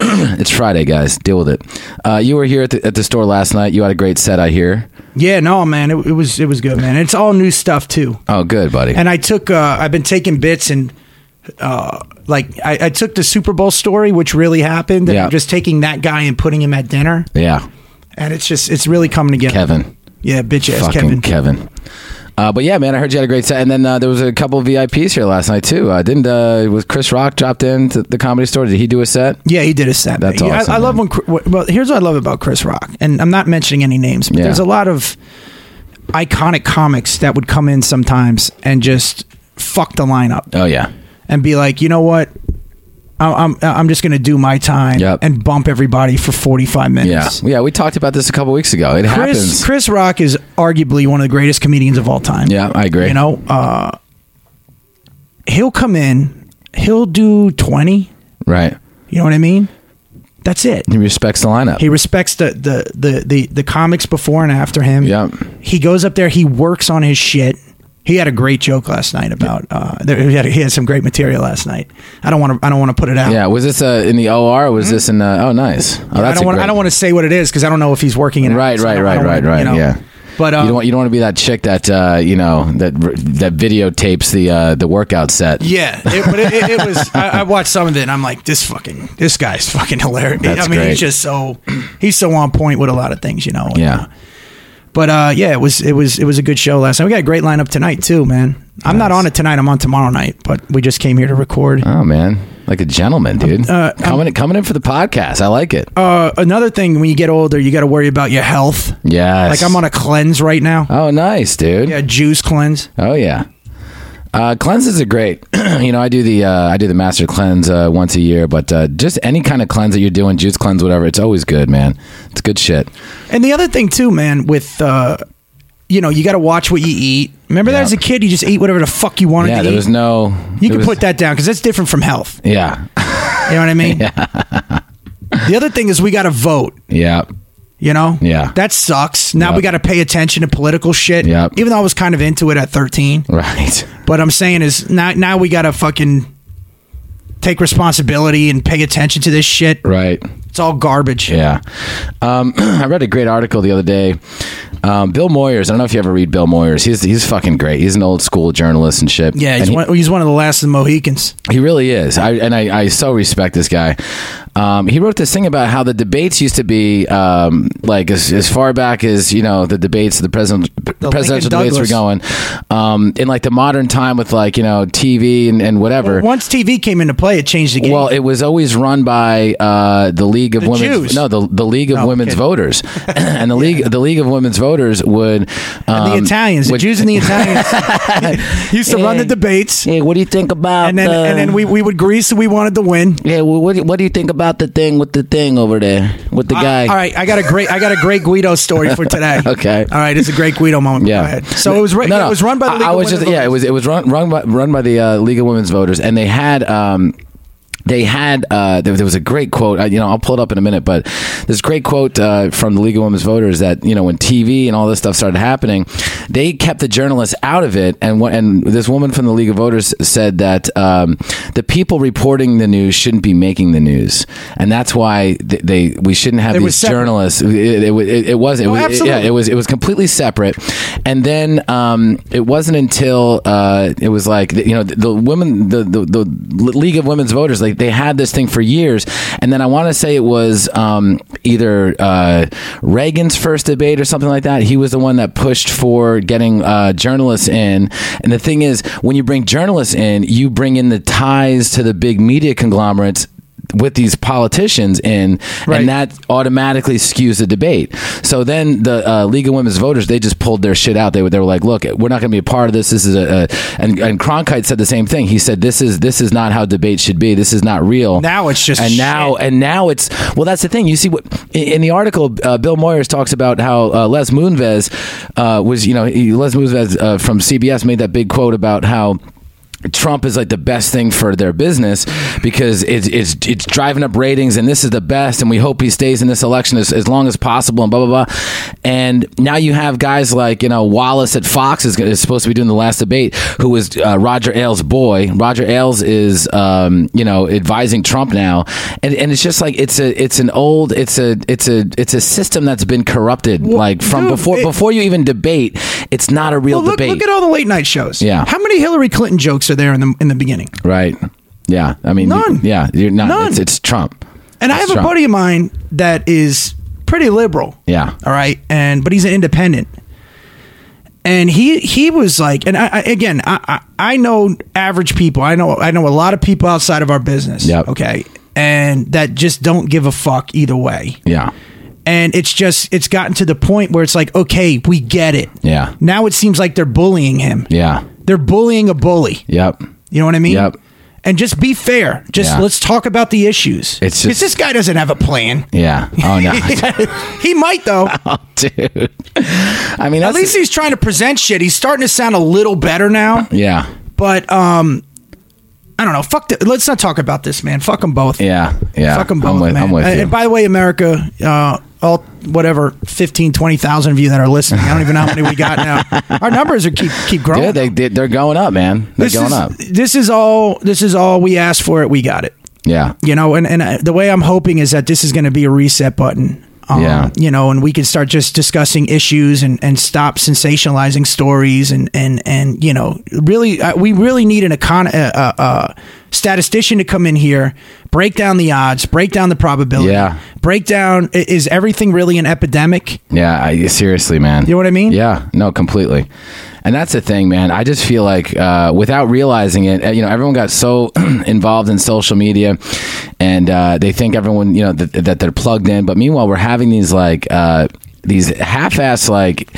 Speaker 4: it's Friday, guys. Deal with it. Uh, you were here at the, at the store last night. You had a great set, I hear.
Speaker 3: yeah, no, man, it, it was it was good, man. It's all new stuff too.
Speaker 4: Oh, good, buddy.
Speaker 3: and I took uh, I've been taking bits and uh, like I, I took the Super Bowl story, which really happened. And
Speaker 4: Yeah.
Speaker 3: I'm just taking that guy and putting him at dinner,
Speaker 4: yeah,
Speaker 3: and it's just it's really coming together.
Speaker 4: Kevin.
Speaker 3: yeah, bitch ass
Speaker 4: fucking
Speaker 3: Kevin.
Speaker 4: Kevin. Uh, but yeah, man, I heard you had a great set, and then uh, there was a couple of VIPs here last night too. Uh, didn't uh, was Chris Rock dropped in to the comedy store? Did he do a set?
Speaker 3: yeah, he did a set.
Speaker 4: That's
Speaker 3: Yeah, I-
Speaker 4: awesome,
Speaker 3: I, love
Speaker 4: man.
Speaker 3: when. Chri- Well, here's what I love about Chris Rock, and I'm not mentioning any names, but
Speaker 4: Yeah.
Speaker 3: there's a lot of iconic comics that would come in sometimes and just fuck the lineup.
Speaker 4: Oh yeah,
Speaker 3: and be like, you know what? I- I'm I'm just gonna do my time
Speaker 4: Yep.
Speaker 3: and bump everybody for 45
Speaker 4: yeah,
Speaker 3: minutes.
Speaker 4: yeah. We talked about this a couple weeks ago. It happens.
Speaker 3: Chris Chris Rock is arguably one of the greatest comedians of all time.
Speaker 4: Yeah, I agree.
Speaker 3: You know, uh, he'll come in, he'll do 20.
Speaker 4: right?
Speaker 3: You know what I mean? That's it.
Speaker 4: He respects the lineup.
Speaker 3: He respects the the the the, the comics before and after him.
Speaker 4: Yep.
Speaker 3: He goes up there. He works on his shit. He had a great joke last night about uh, there, he, had, he had some great material last night. I don't want to I don't want to put it out.
Speaker 4: yeah. Was this uh, in the OR? Or was this in? Uh, oh, nice. Oh,
Speaker 3: Hmm? I
Speaker 4: that's
Speaker 3: don't
Speaker 4: a
Speaker 3: want.
Speaker 4: great-
Speaker 3: I don't want to say what it is because I don't know if he's working it. out.
Speaker 4: Right,
Speaker 3: So I
Speaker 4: right,
Speaker 3: don't- I
Speaker 4: right,
Speaker 3: don't
Speaker 4: right,
Speaker 3: wanna,
Speaker 4: right.
Speaker 3: you know.
Speaker 4: Yeah.
Speaker 3: But um,
Speaker 4: you don't want you don't want to be that chick that uh, you know that that videotapes the uh, the workout set.
Speaker 3: Yeah, it, but it, it, it was. I, I watched some of it, and I'm like, this fucking, this guy's fucking hilarious.
Speaker 4: That's
Speaker 3: I mean,
Speaker 4: great.
Speaker 3: he's just so, he's so on point with a lot of things, you know. And,
Speaker 4: Yeah.
Speaker 3: uh, But uh, yeah, it was, it was, it was a good show last night. We got a great lineup tonight too, man. I'm not on it tonight. I'm on tomorrow night, but we just came here to record.
Speaker 4: Oh man, like a gentleman, dude.
Speaker 3: uh,
Speaker 4: coming coming in for the podcast. I like it.
Speaker 3: Uh, another thing, when you get older, you got to worry about your health.
Speaker 4: yes.
Speaker 3: Like I'm on a cleanse right now.
Speaker 4: Oh, nice, dude.
Speaker 3: yeah, juice cleanse.
Speaker 4: Oh yeah. Uh, cleanses are great. you know, I do the uh, I do the master cleanse uh, once a year, but uh, just any kind of cleanse that you're doing, juice cleanse, whatever, it's always good, man. It's good shit.
Speaker 3: And the other thing too, man, with uh, you know, you got to watch what you eat. Remember that
Speaker 4: Yeah.
Speaker 3: as a kid, you just ate whatever the fuck you wanted
Speaker 4: Yeah,
Speaker 3: to
Speaker 4: there
Speaker 3: eat.
Speaker 4: was no.
Speaker 3: You
Speaker 4: there
Speaker 3: can
Speaker 4: was-
Speaker 3: put that down because that's different from health.
Speaker 4: Yeah,
Speaker 3: You know what I mean? the other thing is we got to vote.
Speaker 4: yeah,
Speaker 3: You know?
Speaker 4: Yeah.
Speaker 3: That sucks. Now
Speaker 4: Yep.
Speaker 3: we got to pay attention to political shit.
Speaker 4: Yep.
Speaker 3: Even though I was kind of into it at 13,
Speaker 4: right.
Speaker 3: but I'm saying is now now we got to fucking take responsibility and pay attention to this shit.
Speaker 4: Right.
Speaker 3: It's all garbage.
Speaker 4: Yeah. Um, I read a great article the other day. Um, Bill Moyers, I don't know if you ever read Bill Moyers. He's, he's fucking great. He's an old school journalist and shit.
Speaker 3: Yeah,
Speaker 4: And
Speaker 3: he's,
Speaker 4: he-
Speaker 3: one, he's one of the last of the Mohicans.
Speaker 4: He really is. I, and I, I so respect this guy. Um, he wrote this thing about how the debates used to be um, like as, as far back as you know the debates, the president,
Speaker 3: The
Speaker 4: presidential
Speaker 3: Lincoln
Speaker 4: debates were going um, in like the modern time with like you know TV and, and whatever.
Speaker 3: Once TV came into play, it changed the game.
Speaker 4: Well, it was always run by uh, the League of
Speaker 3: The
Speaker 4: Women.
Speaker 3: Jews.
Speaker 4: No, the, the League of
Speaker 3: I'm
Speaker 4: Women's
Speaker 3: kidding.
Speaker 4: Voters, and the league the League of Women's Voters would um,
Speaker 3: the Italians, the
Speaker 4: would-
Speaker 3: Jews and the Italians used to run the
Speaker 4: Yeah.
Speaker 3: debates,
Speaker 4: Hey, what do you think about
Speaker 3: and then
Speaker 4: the-
Speaker 3: and then we, we would grease who we wanted to win.
Speaker 4: Yeah, well, what do- what do you think about the thing with the thing over there with the guy?
Speaker 3: All right, I got a great I got a great Guido story for today.
Speaker 4: Okay.
Speaker 3: All right, it's a great Guido moment.
Speaker 4: Yeah.
Speaker 3: Go ahead. So it was ri-
Speaker 4: No, no.
Speaker 3: it was run by the
Speaker 4: I-
Speaker 3: League
Speaker 4: I
Speaker 3: of
Speaker 4: was just
Speaker 3: Women
Speaker 4: yeah, it
Speaker 3: Voters.
Speaker 4: was it was run run by, run by the uh, League of Women's Voters, and they had um, they had uh, there, there was a great quote. I, you know, I'll pull it up in a minute, but this great quote uh, from the League of Women's Voters that you know when TV and all this stuff started happening, they kept the journalists out of it, and what and this woman from the League of Voters said that um, the people reporting the news shouldn't be making the news, and that's why they, they we shouldn't have
Speaker 3: It was
Speaker 4: these
Speaker 3: separate.
Speaker 4: journalists. It, it, it, it wasn't.
Speaker 3: Oh,
Speaker 4: it was, yeah,
Speaker 3: absolutely.
Speaker 4: it was it was completely separate and then um, it wasn't until uh, it was like you know the, the women the, the the league of women's voters like they, they had this thing for years, and then I want to say it was um, either uh, Reagan's first debate or something like that. He was the one that pushed for getting uh, journalists in, and the thing is, when you bring journalists in, you bring in the ties to the big media conglomerates with these politicians in
Speaker 3: Right.
Speaker 4: and that automatically skews the debate so then the uh, league of women's voters they just pulled their shit out they were, they were like look we're not going to be a part of this this is a, a and, and cronkite said the same thing he said this is this is not how debate should be this is not real
Speaker 3: Now it's just
Speaker 4: and now and now it's well that's the thing you see what in, in the article uh, bill moyers talks about how uh, les moonves uh, was you know he- les moonves uh, from cbs made that big quote about how Trump is like the best thing for their business because it's, it's it's driving up ratings and this is the best and we hope he stays in this election as, as long as possible and blah blah blah and now you have guys like you know Wallace at Fox is, is supposed to be doing the last debate who was uh, Roger Ailes' boy Roger Ailes is um, you know advising Trump now and, and it's just like it's a it's an old it's a it's a it's a system that's been corrupted like from
Speaker 3: dude,
Speaker 4: before
Speaker 3: it-
Speaker 4: before you even debate it's not a real
Speaker 3: Well, look,
Speaker 4: debate
Speaker 3: look at all the late night shows.
Speaker 4: Yeah.
Speaker 3: How many Hillary Clinton jokes are there in the in the beginning?
Speaker 4: Right. Yeah. I mean,
Speaker 3: None.
Speaker 4: yeah, you're not.
Speaker 3: None.
Speaker 4: It's, it's Trump.
Speaker 3: And I
Speaker 4: It's
Speaker 3: have a
Speaker 4: Trump.
Speaker 3: buddy of mine that is pretty liberal.
Speaker 4: Yeah.
Speaker 3: All right. And but he's an independent. And he he was like, and I, I again, I, I I know average people. I know I know a lot of people outside of our business.
Speaker 4: Yep.
Speaker 3: Okay. And that just don't give a fuck either way.
Speaker 4: Yeah.
Speaker 3: And it's just it's gotten to the point where it's like, okay, we get it.
Speaker 4: Yeah.
Speaker 3: Now it seems like they're bullying him.
Speaker 4: Yeah.
Speaker 3: They're bullying a bully.
Speaker 4: Yep.
Speaker 3: You know what I mean?
Speaker 4: Yep.
Speaker 3: And just be fair. Just
Speaker 4: Yeah.
Speaker 3: let's talk about the issues.
Speaker 4: It's just-
Speaker 3: 'Cause this guy doesn't have a plan.
Speaker 4: Yeah. Oh no,
Speaker 3: he might though.
Speaker 4: dude. I mean,
Speaker 3: At
Speaker 4: that's
Speaker 3: least he's trying to present shit. He's starting to sound a little better now.
Speaker 4: yeah.
Speaker 3: But um, I don't know. Fuck. The, let's not talk about this, man. Fuck them both.
Speaker 4: Yeah. Yeah.
Speaker 3: Fuck them both,
Speaker 4: I'm with,
Speaker 3: man.
Speaker 4: I'm with
Speaker 3: and,
Speaker 4: you.
Speaker 3: and by the way, America, uh, all whatever 15, 20,000 of you that are listening. I don't even know how many we got now. Our numbers are keep keep growing.
Speaker 4: Dude, they, they they're going up, man. They're
Speaker 3: this
Speaker 4: going
Speaker 3: is
Speaker 4: up.
Speaker 3: this is all this is all we asked for. It we got it.
Speaker 4: Yeah.
Speaker 3: you know and, and I, the way i'm hoping is that this is going to be a reset button um,
Speaker 4: Yeah.
Speaker 3: you know and we can start just discussing issues and, and stop sensationalizing stories and and and you know really uh, we really need an econ uh, uh, uh, statistician to come in here break down the odds break down the probability
Speaker 4: Yeah.
Speaker 3: break down i- is everything really an epidemic
Speaker 4: Yeah, I, seriously, man.
Speaker 3: You know what I mean?
Speaker 4: Yeah, no, completely. And that's the thing, man. I just feel like uh, without realizing it, uh, you know, everyone got so involved in social media, and uh, they think everyone, you know, that that they're plugged in. But meanwhile, we're having these like uh, these half-ass like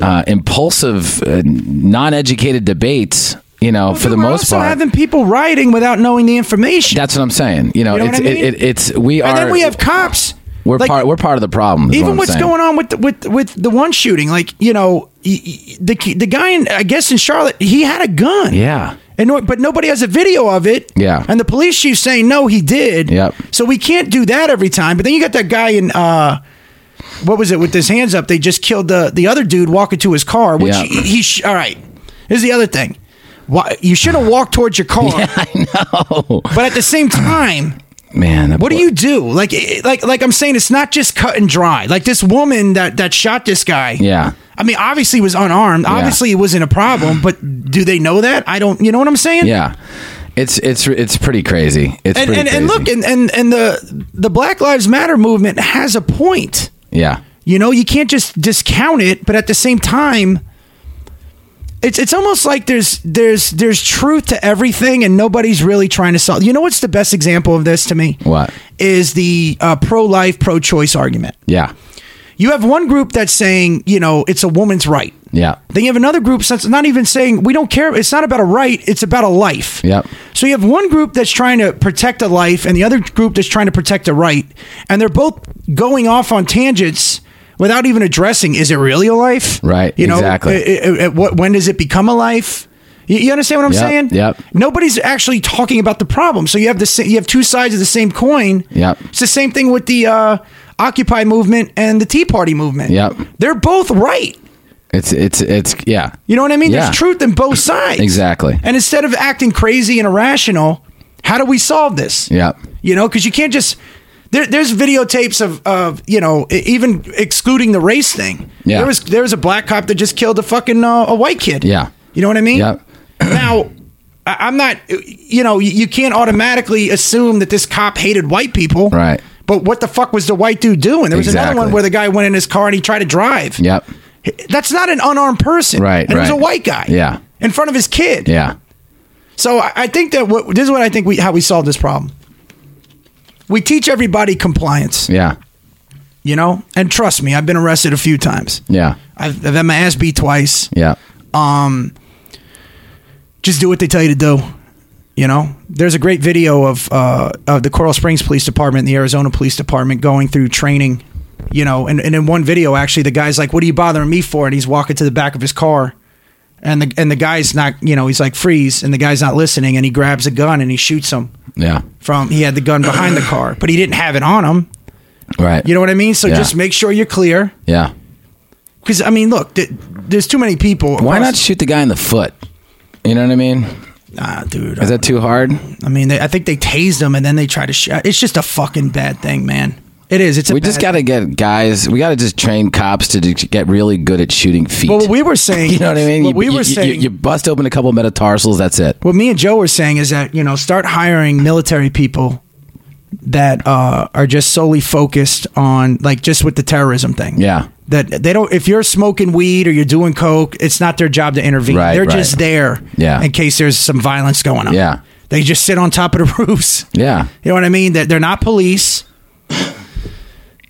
Speaker 4: uh, impulsive, uh, non-educated debates. You know, for the
Speaker 3: We're
Speaker 4: most
Speaker 3: also
Speaker 4: part.
Speaker 3: having people rioting without knowing the information
Speaker 4: that's what I'm saying. You know,
Speaker 3: You know
Speaker 4: it's
Speaker 3: what I mean?
Speaker 4: it, it, it's we are
Speaker 3: and then we have cops
Speaker 4: we're
Speaker 3: like-
Speaker 4: part we're part of the problem. is what
Speaker 3: even
Speaker 4: I'm
Speaker 3: what's
Speaker 4: saying.
Speaker 3: going on with the, with with the one shooting like you know y- y- the the guy in i guess in charlotte he had a gun
Speaker 4: Yeah.
Speaker 3: and no, but nobody has a video of it
Speaker 4: Yeah.
Speaker 3: and the police chief saying no he did
Speaker 4: Yep.
Speaker 3: so we can't do that every time but then you got that guy in uh what was it with his hands up they just killed the the other dude walking to his car which
Speaker 4: Yeah.
Speaker 3: he, he sh- all right here's the other thing why you should have walked towards your car but at the same time
Speaker 4: man. that
Speaker 3: what do
Speaker 4: boy-
Speaker 3: you do? Like, it- like, like I'm saying, it's not just cut and dry. Like this woman that that shot this guy.
Speaker 4: Yeah.
Speaker 3: I mean, obviously he was unarmed. Obviously it wasn't a problem. But do they know that? I don't. You know what I'm saying?
Speaker 4: Yeah, it's it's it's pretty crazy. It's
Speaker 3: And
Speaker 4: pretty
Speaker 3: and, and
Speaker 4: crazy.
Speaker 3: look, and, and and the the Black Lives Matter movement has a point.
Speaker 4: yeah,
Speaker 3: You know, you can't just discount it, but at the same time, it's it's almost like there's there's there's truth to everything, and nobody's really trying to solve. You know, what's the best example of this to me?
Speaker 4: What?
Speaker 3: is the uh, pro life, pro choice argument?
Speaker 4: yeah,
Speaker 3: You have one group that's saying, you know, it's a woman's right.
Speaker 4: yeah,
Speaker 3: Then you have another group that's not even saying we don't care. It's not about a right. It's about a life.
Speaker 4: Yep.
Speaker 3: So you have one group that's trying to protect a life, and the other group that's trying to protect a right, and they're both going off on tangents without even addressing: is it really a life?
Speaker 4: Right,
Speaker 3: You know,
Speaker 4: exactly.
Speaker 3: i- i- i- what when does it become a life? You, you understand what I'm
Speaker 4: Yep,
Speaker 3: saying?
Speaker 4: yep.
Speaker 3: Nobody's actually talking about the problem. So you have the sa- you have two sides of the same coin.
Speaker 4: Yep.
Speaker 3: It's the same thing with the uh, Occupy movement and the Tea Party movement.
Speaker 4: Yep.
Speaker 3: They're both right.
Speaker 4: it's it's it's yeah,
Speaker 3: You know what I mean?
Speaker 4: Yeah.
Speaker 3: There's truth in both sides.
Speaker 4: Exactly.
Speaker 3: And instead of acting crazy and irrational, how do we solve this?
Speaker 4: Yeah.
Speaker 3: You know, because you can't just. There, there's videotapes of, of you know e- even excluding the race thing.
Speaker 4: Yeah.
Speaker 3: There was there was a black cop that just killed a fucking uh, a white kid.
Speaker 4: Yeah.
Speaker 3: You know what I mean?
Speaker 4: Yep.
Speaker 3: Now, I- I'm not, you know, you- you can't automatically assume that this cop hated white people.
Speaker 4: Right.
Speaker 3: But what the fuck was the white dude doing? There was another
Speaker 4: Exactly.
Speaker 3: one where the guy went in his car and he tried to drive.
Speaker 4: Yep.
Speaker 3: That's not an unarmed person.
Speaker 4: Right,
Speaker 3: And it was a
Speaker 4: right.
Speaker 3: white guy.
Speaker 4: Yeah.
Speaker 3: In front of his kid.
Speaker 4: Yeah.
Speaker 3: So I I think that what, this is what I think we how we solve this problem. We teach everybody compliance,
Speaker 4: Yeah.
Speaker 3: you know, and trust me, I've been arrested a few times.
Speaker 4: Yeah.
Speaker 3: I've, I've had my ass beat twice.
Speaker 4: Yeah.
Speaker 3: Just do what they tell you to do. You know, there's a great video of uh, of the Coral Springs Police Department, and the Arizona Police Department, going through training. You know, and, and in one video, actually, the guy's like, "What are you bothering me for?" And he's walking to the back of his car, and the and the guy's not, you know, he's like, "Freeze!" And the guy's not listening, and he grabs a gun and he shoots him.
Speaker 4: Yeah.
Speaker 3: from he had the gun behind the car, but he didn't have it on him.
Speaker 4: Right.
Speaker 3: You know what I mean? So
Speaker 4: Yeah.
Speaker 3: just make sure you're clear.
Speaker 4: Yeah.
Speaker 3: Because I mean, look, th- there's too many people.
Speaker 4: Why not
Speaker 3: across-
Speaker 4: shoot the guy in the foot? You know what I mean?
Speaker 3: Nah, dude.
Speaker 4: Is that too hard?
Speaker 3: I mean, they, I think they tased him and then they try to. Sh- it's just a fucking bad thing, man. It is. It's a
Speaker 4: We just
Speaker 3: bad-
Speaker 4: got to get guys. We got to just train cops to d- get really good at shooting feet.
Speaker 3: Well, what we were saying.
Speaker 4: you know what I mean?
Speaker 3: What
Speaker 4: You-
Speaker 3: we
Speaker 4: you-
Speaker 3: were
Speaker 4: you-
Speaker 3: saying.
Speaker 4: You, you bust open a couple metatarsals. That's it.
Speaker 3: what me and Joe were saying is that you know start hiring military people that uh, are just solely focused on like just with the terrorism thing.
Speaker 4: Yeah.
Speaker 3: That they don't. If you're smoking weed or you're doing coke, it's not their job to intervene.
Speaker 4: Right,
Speaker 3: They're
Speaker 4: right.
Speaker 3: just there.
Speaker 4: Yeah.
Speaker 3: In case there's some violence going on.
Speaker 4: Yeah.
Speaker 3: They just sit on top of the roofs.
Speaker 4: Yeah.
Speaker 3: You know what I mean? That they're not police.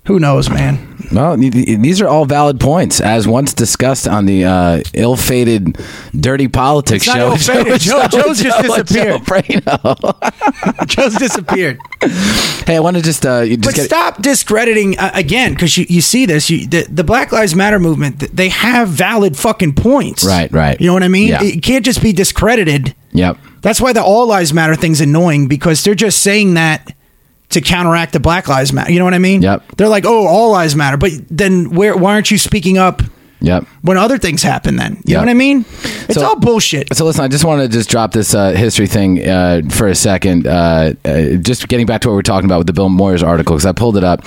Speaker 3: Who knows, man?
Speaker 4: Well, th- th- these are all valid points, as once discussed on the uh, ill-fated, dirty
Speaker 3: It's
Speaker 4: politics
Speaker 3: not
Speaker 4: show.
Speaker 3: ill-fated. Joe- Joe just disappeared.
Speaker 4: Brano.
Speaker 3: Joe's disappeared.
Speaker 4: hey, I want to just uh, you just
Speaker 3: but
Speaker 4: get,
Speaker 3: stop discrediting uh, again because you, you see this you, the, the black lives matter movement th- they have valid fucking points
Speaker 4: Right, right.
Speaker 3: you know what i mean
Speaker 4: Yeah.
Speaker 3: it can't just be discredited
Speaker 4: Yep.
Speaker 3: that's why the all lives matter thing's annoying because they're just saying that to counteract the black lives matter you know what i mean
Speaker 4: Yep.
Speaker 3: they're like oh all lives matter but then where why aren't you speaking up
Speaker 4: Yep.
Speaker 3: when other things happen then you know
Speaker 4: Yep.
Speaker 3: what i mean it's
Speaker 4: So-
Speaker 3: all bullshit
Speaker 4: So listen, I just want to just drop this uh, history thing uh, for a second. Uh, uh, just getting back to what we were talking about with the Bill Moyers article because I pulled it up.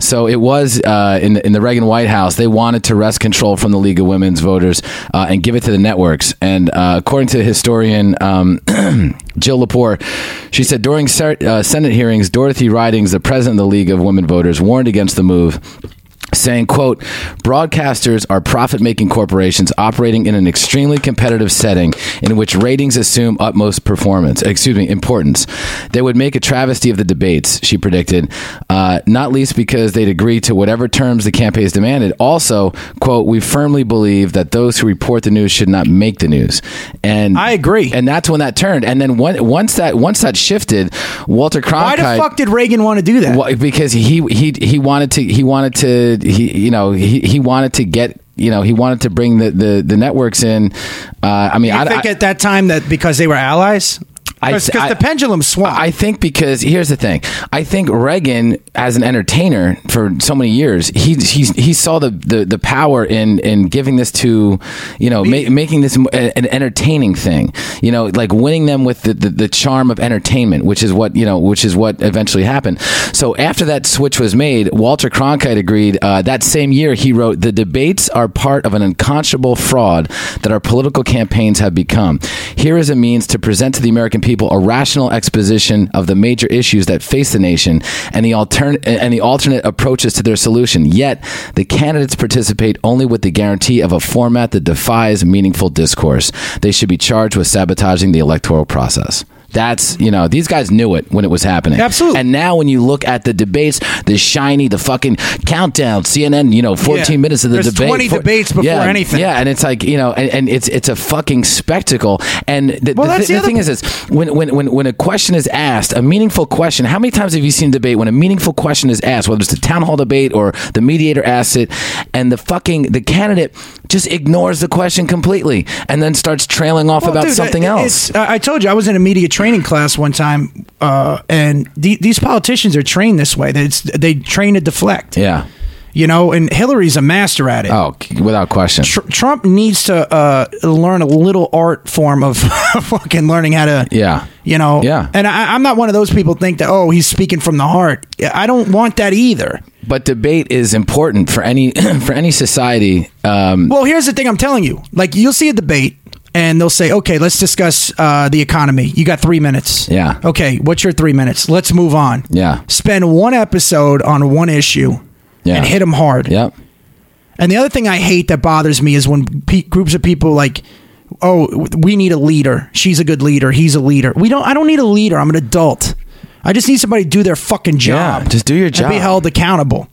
Speaker 4: So it was uh, in the, in the Reagan White House. They wanted to wrest control from the League of Women's Voters uh, and give it to the networks. And uh, according to historian um, Jill Lepore, she said during ser- uh, Senate hearings, Dorothy Ridings, the president of the League of Women Voters, warned against the move saying quote broadcasters are profit-making corporations operating in an extremely competitive setting in which ratings assume utmost performance excuse me importance they would make a travesty of the debates she predicted uh, not least because they'd agree to whatever terms the campaigns demanded also quote we firmly believe that those who report the news should not make the news and
Speaker 3: I agree.
Speaker 4: and that's when that turned and then one, once that once that shifted walter
Speaker 3: why
Speaker 4: cronkite
Speaker 3: the fuck did reagan want to do that
Speaker 4: well, because he he he wanted to he wanted to he you know he, he wanted to get you know he wanted to bring the the, the networks in. Uh, I mean,
Speaker 3: I
Speaker 4: I,
Speaker 3: think
Speaker 4: I,
Speaker 3: at that time that because they were allies,
Speaker 4: I-
Speaker 3: because
Speaker 4: I-
Speaker 3: the pendulum swung.
Speaker 4: I think because here's the thing. I think Reagan, as an entertainer for so many years, he he, he saw the, the, the power in in giving this to, you know, ma- making this m- a- an entertaining thing. You know, like winning them with the, the, the charm of entertainment, which is what you know, which is what eventually happened. So after that switch was made, Walter Cronkite agreed. Uh, that same year, he wrote, "The debates are part of an unconscionable fraud that our political campaigns have become. Here is a means to present to the American people a rational exposition of the major issues that face the nation and the altern- and the alternate approaches to their solution. Yet the candidates participate only with the guarantee of a format that defies meaningful discourse. They should be charged with sabotaging the electoral process. That's you know these guys knew it when it was happening.
Speaker 3: Absolutely.
Speaker 4: And now when you look at the debates, the shiny, the fucking countdown, CNN, you know, fourteen
Speaker 3: Yeah.
Speaker 4: minutes of the
Speaker 3: There's
Speaker 4: debate,
Speaker 3: 20 debates before
Speaker 4: yeah,
Speaker 3: anything.
Speaker 4: Yeah, and it's like you know, and, and it's it's a fucking spectacle. And the,
Speaker 3: Well,
Speaker 4: the,
Speaker 3: that's the
Speaker 4: thi- the
Speaker 3: other
Speaker 4: thing is, is when, when when when a question is asked, a meaningful question. How many times have you seen a debate when a meaningful question is asked, whether it's the town hall debate or the mediator asks it, and the fucking the candidate just ignores the question completely and then starts trailing off
Speaker 3: Well,
Speaker 4: about
Speaker 3: dude,
Speaker 4: something
Speaker 3: it-
Speaker 4: else.
Speaker 3: it's- I I told you I was in a media training class one time, uh, and the, these politicians are trained this way. They, it's, they train to deflect.
Speaker 4: Yeah.
Speaker 3: You know, and Hillary's a master at it.
Speaker 4: Oh, c- without question.
Speaker 3: Tr- Trump needs to uh, learn a little art form of fucking learning how to.
Speaker 4: Yeah.
Speaker 3: You know.
Speaker 4: Yeah.
Speaker 3: And I, I'm not one of those people think that oh he's speaking from the heart. I don't want that either.
Speaker 4: But debate is important for any for any society. Um,
Speaker 3: Well, here's the thing I'm telling you. Like, you'll see a debate, and they'll say, "Okay, let's discuss uh, the economy. You got three minutes.
Speaker 4: Yeah.
Speaker 3: Okay, what's your three minutes? Let's move on.
Speaker 4: Yeah.
Speaker 3: Spend one episode on one issue,
Speaker 4: Yeah.
Speaker 3: and hit them hard.
Speaker 4: Yep.
Speaker 3: And the other thing I hate that bothers me is when pe- groups of people like, "Oh, we need a leader. She's a good leader. He's a leader. We don't. I don't need a leader. I'm an adult. I just need somebody to do their fucking
Speaker 4: Yeah,
Speaker 3: job.
Speaker 4: just do your
Speaker 3: and be
Speaker 4: job.
Speaker 3: held accountable."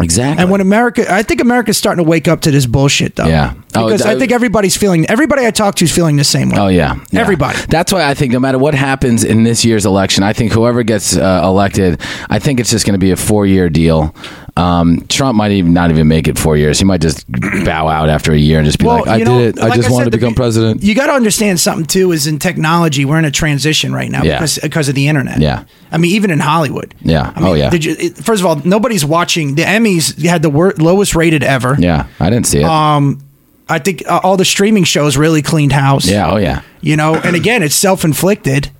Speaker 4: Exactly.
Speaker 3: And when America, I think America's starting to wake up to this bullshit, though.
Speaker 4: Yeah. Oh,
Speaker 3: Because
Speaker 4: I-
Speaker 3: I think everybody's feeling, everybody I talk to is feeling the same way.
Speaker 4: Oh yeah. Yeah.
Speaker 3: Everybody.
Speaker 4: That's why I think no matter what happens in this year's election, I think whoever gets uh, elected, I think it's just going to be a four-year deal. Um, Trump might even not even make it four years. He might just bow out after a year and just be like, "I
Speaker 3: you know,
Speaker 4: did it. I
Speaker 3: like
Speaker 4: just
Speaker 3: said,
Speaker 4: wanted to
Speaker 3: the-
Speaker 4: become president."
Speaker 3: You got to understand something too. Is in technology, we're in a transition right now
Speaker 4: Yeah.
Speaker 3: because because of the internet.
Speaker 4: Yeah.
Speaker 3: I mean, even in Hollywood.
Speaker 4: Yeah.
Speaker 3: I mean,
Speaker 4: Oh, yeah.
Speaker 3: Did you, it, first of all, nobody's watching the Emmys. Had the wor- lowest rated ever.
Speaker 4: yeah, I didn't see it.
Speaker 3: Um, I think uh, all the streaming shows really cleaned house.
Speaker 4: yeah. Oh yeah.
Speaker 3: You know, and again, it's self inflicted.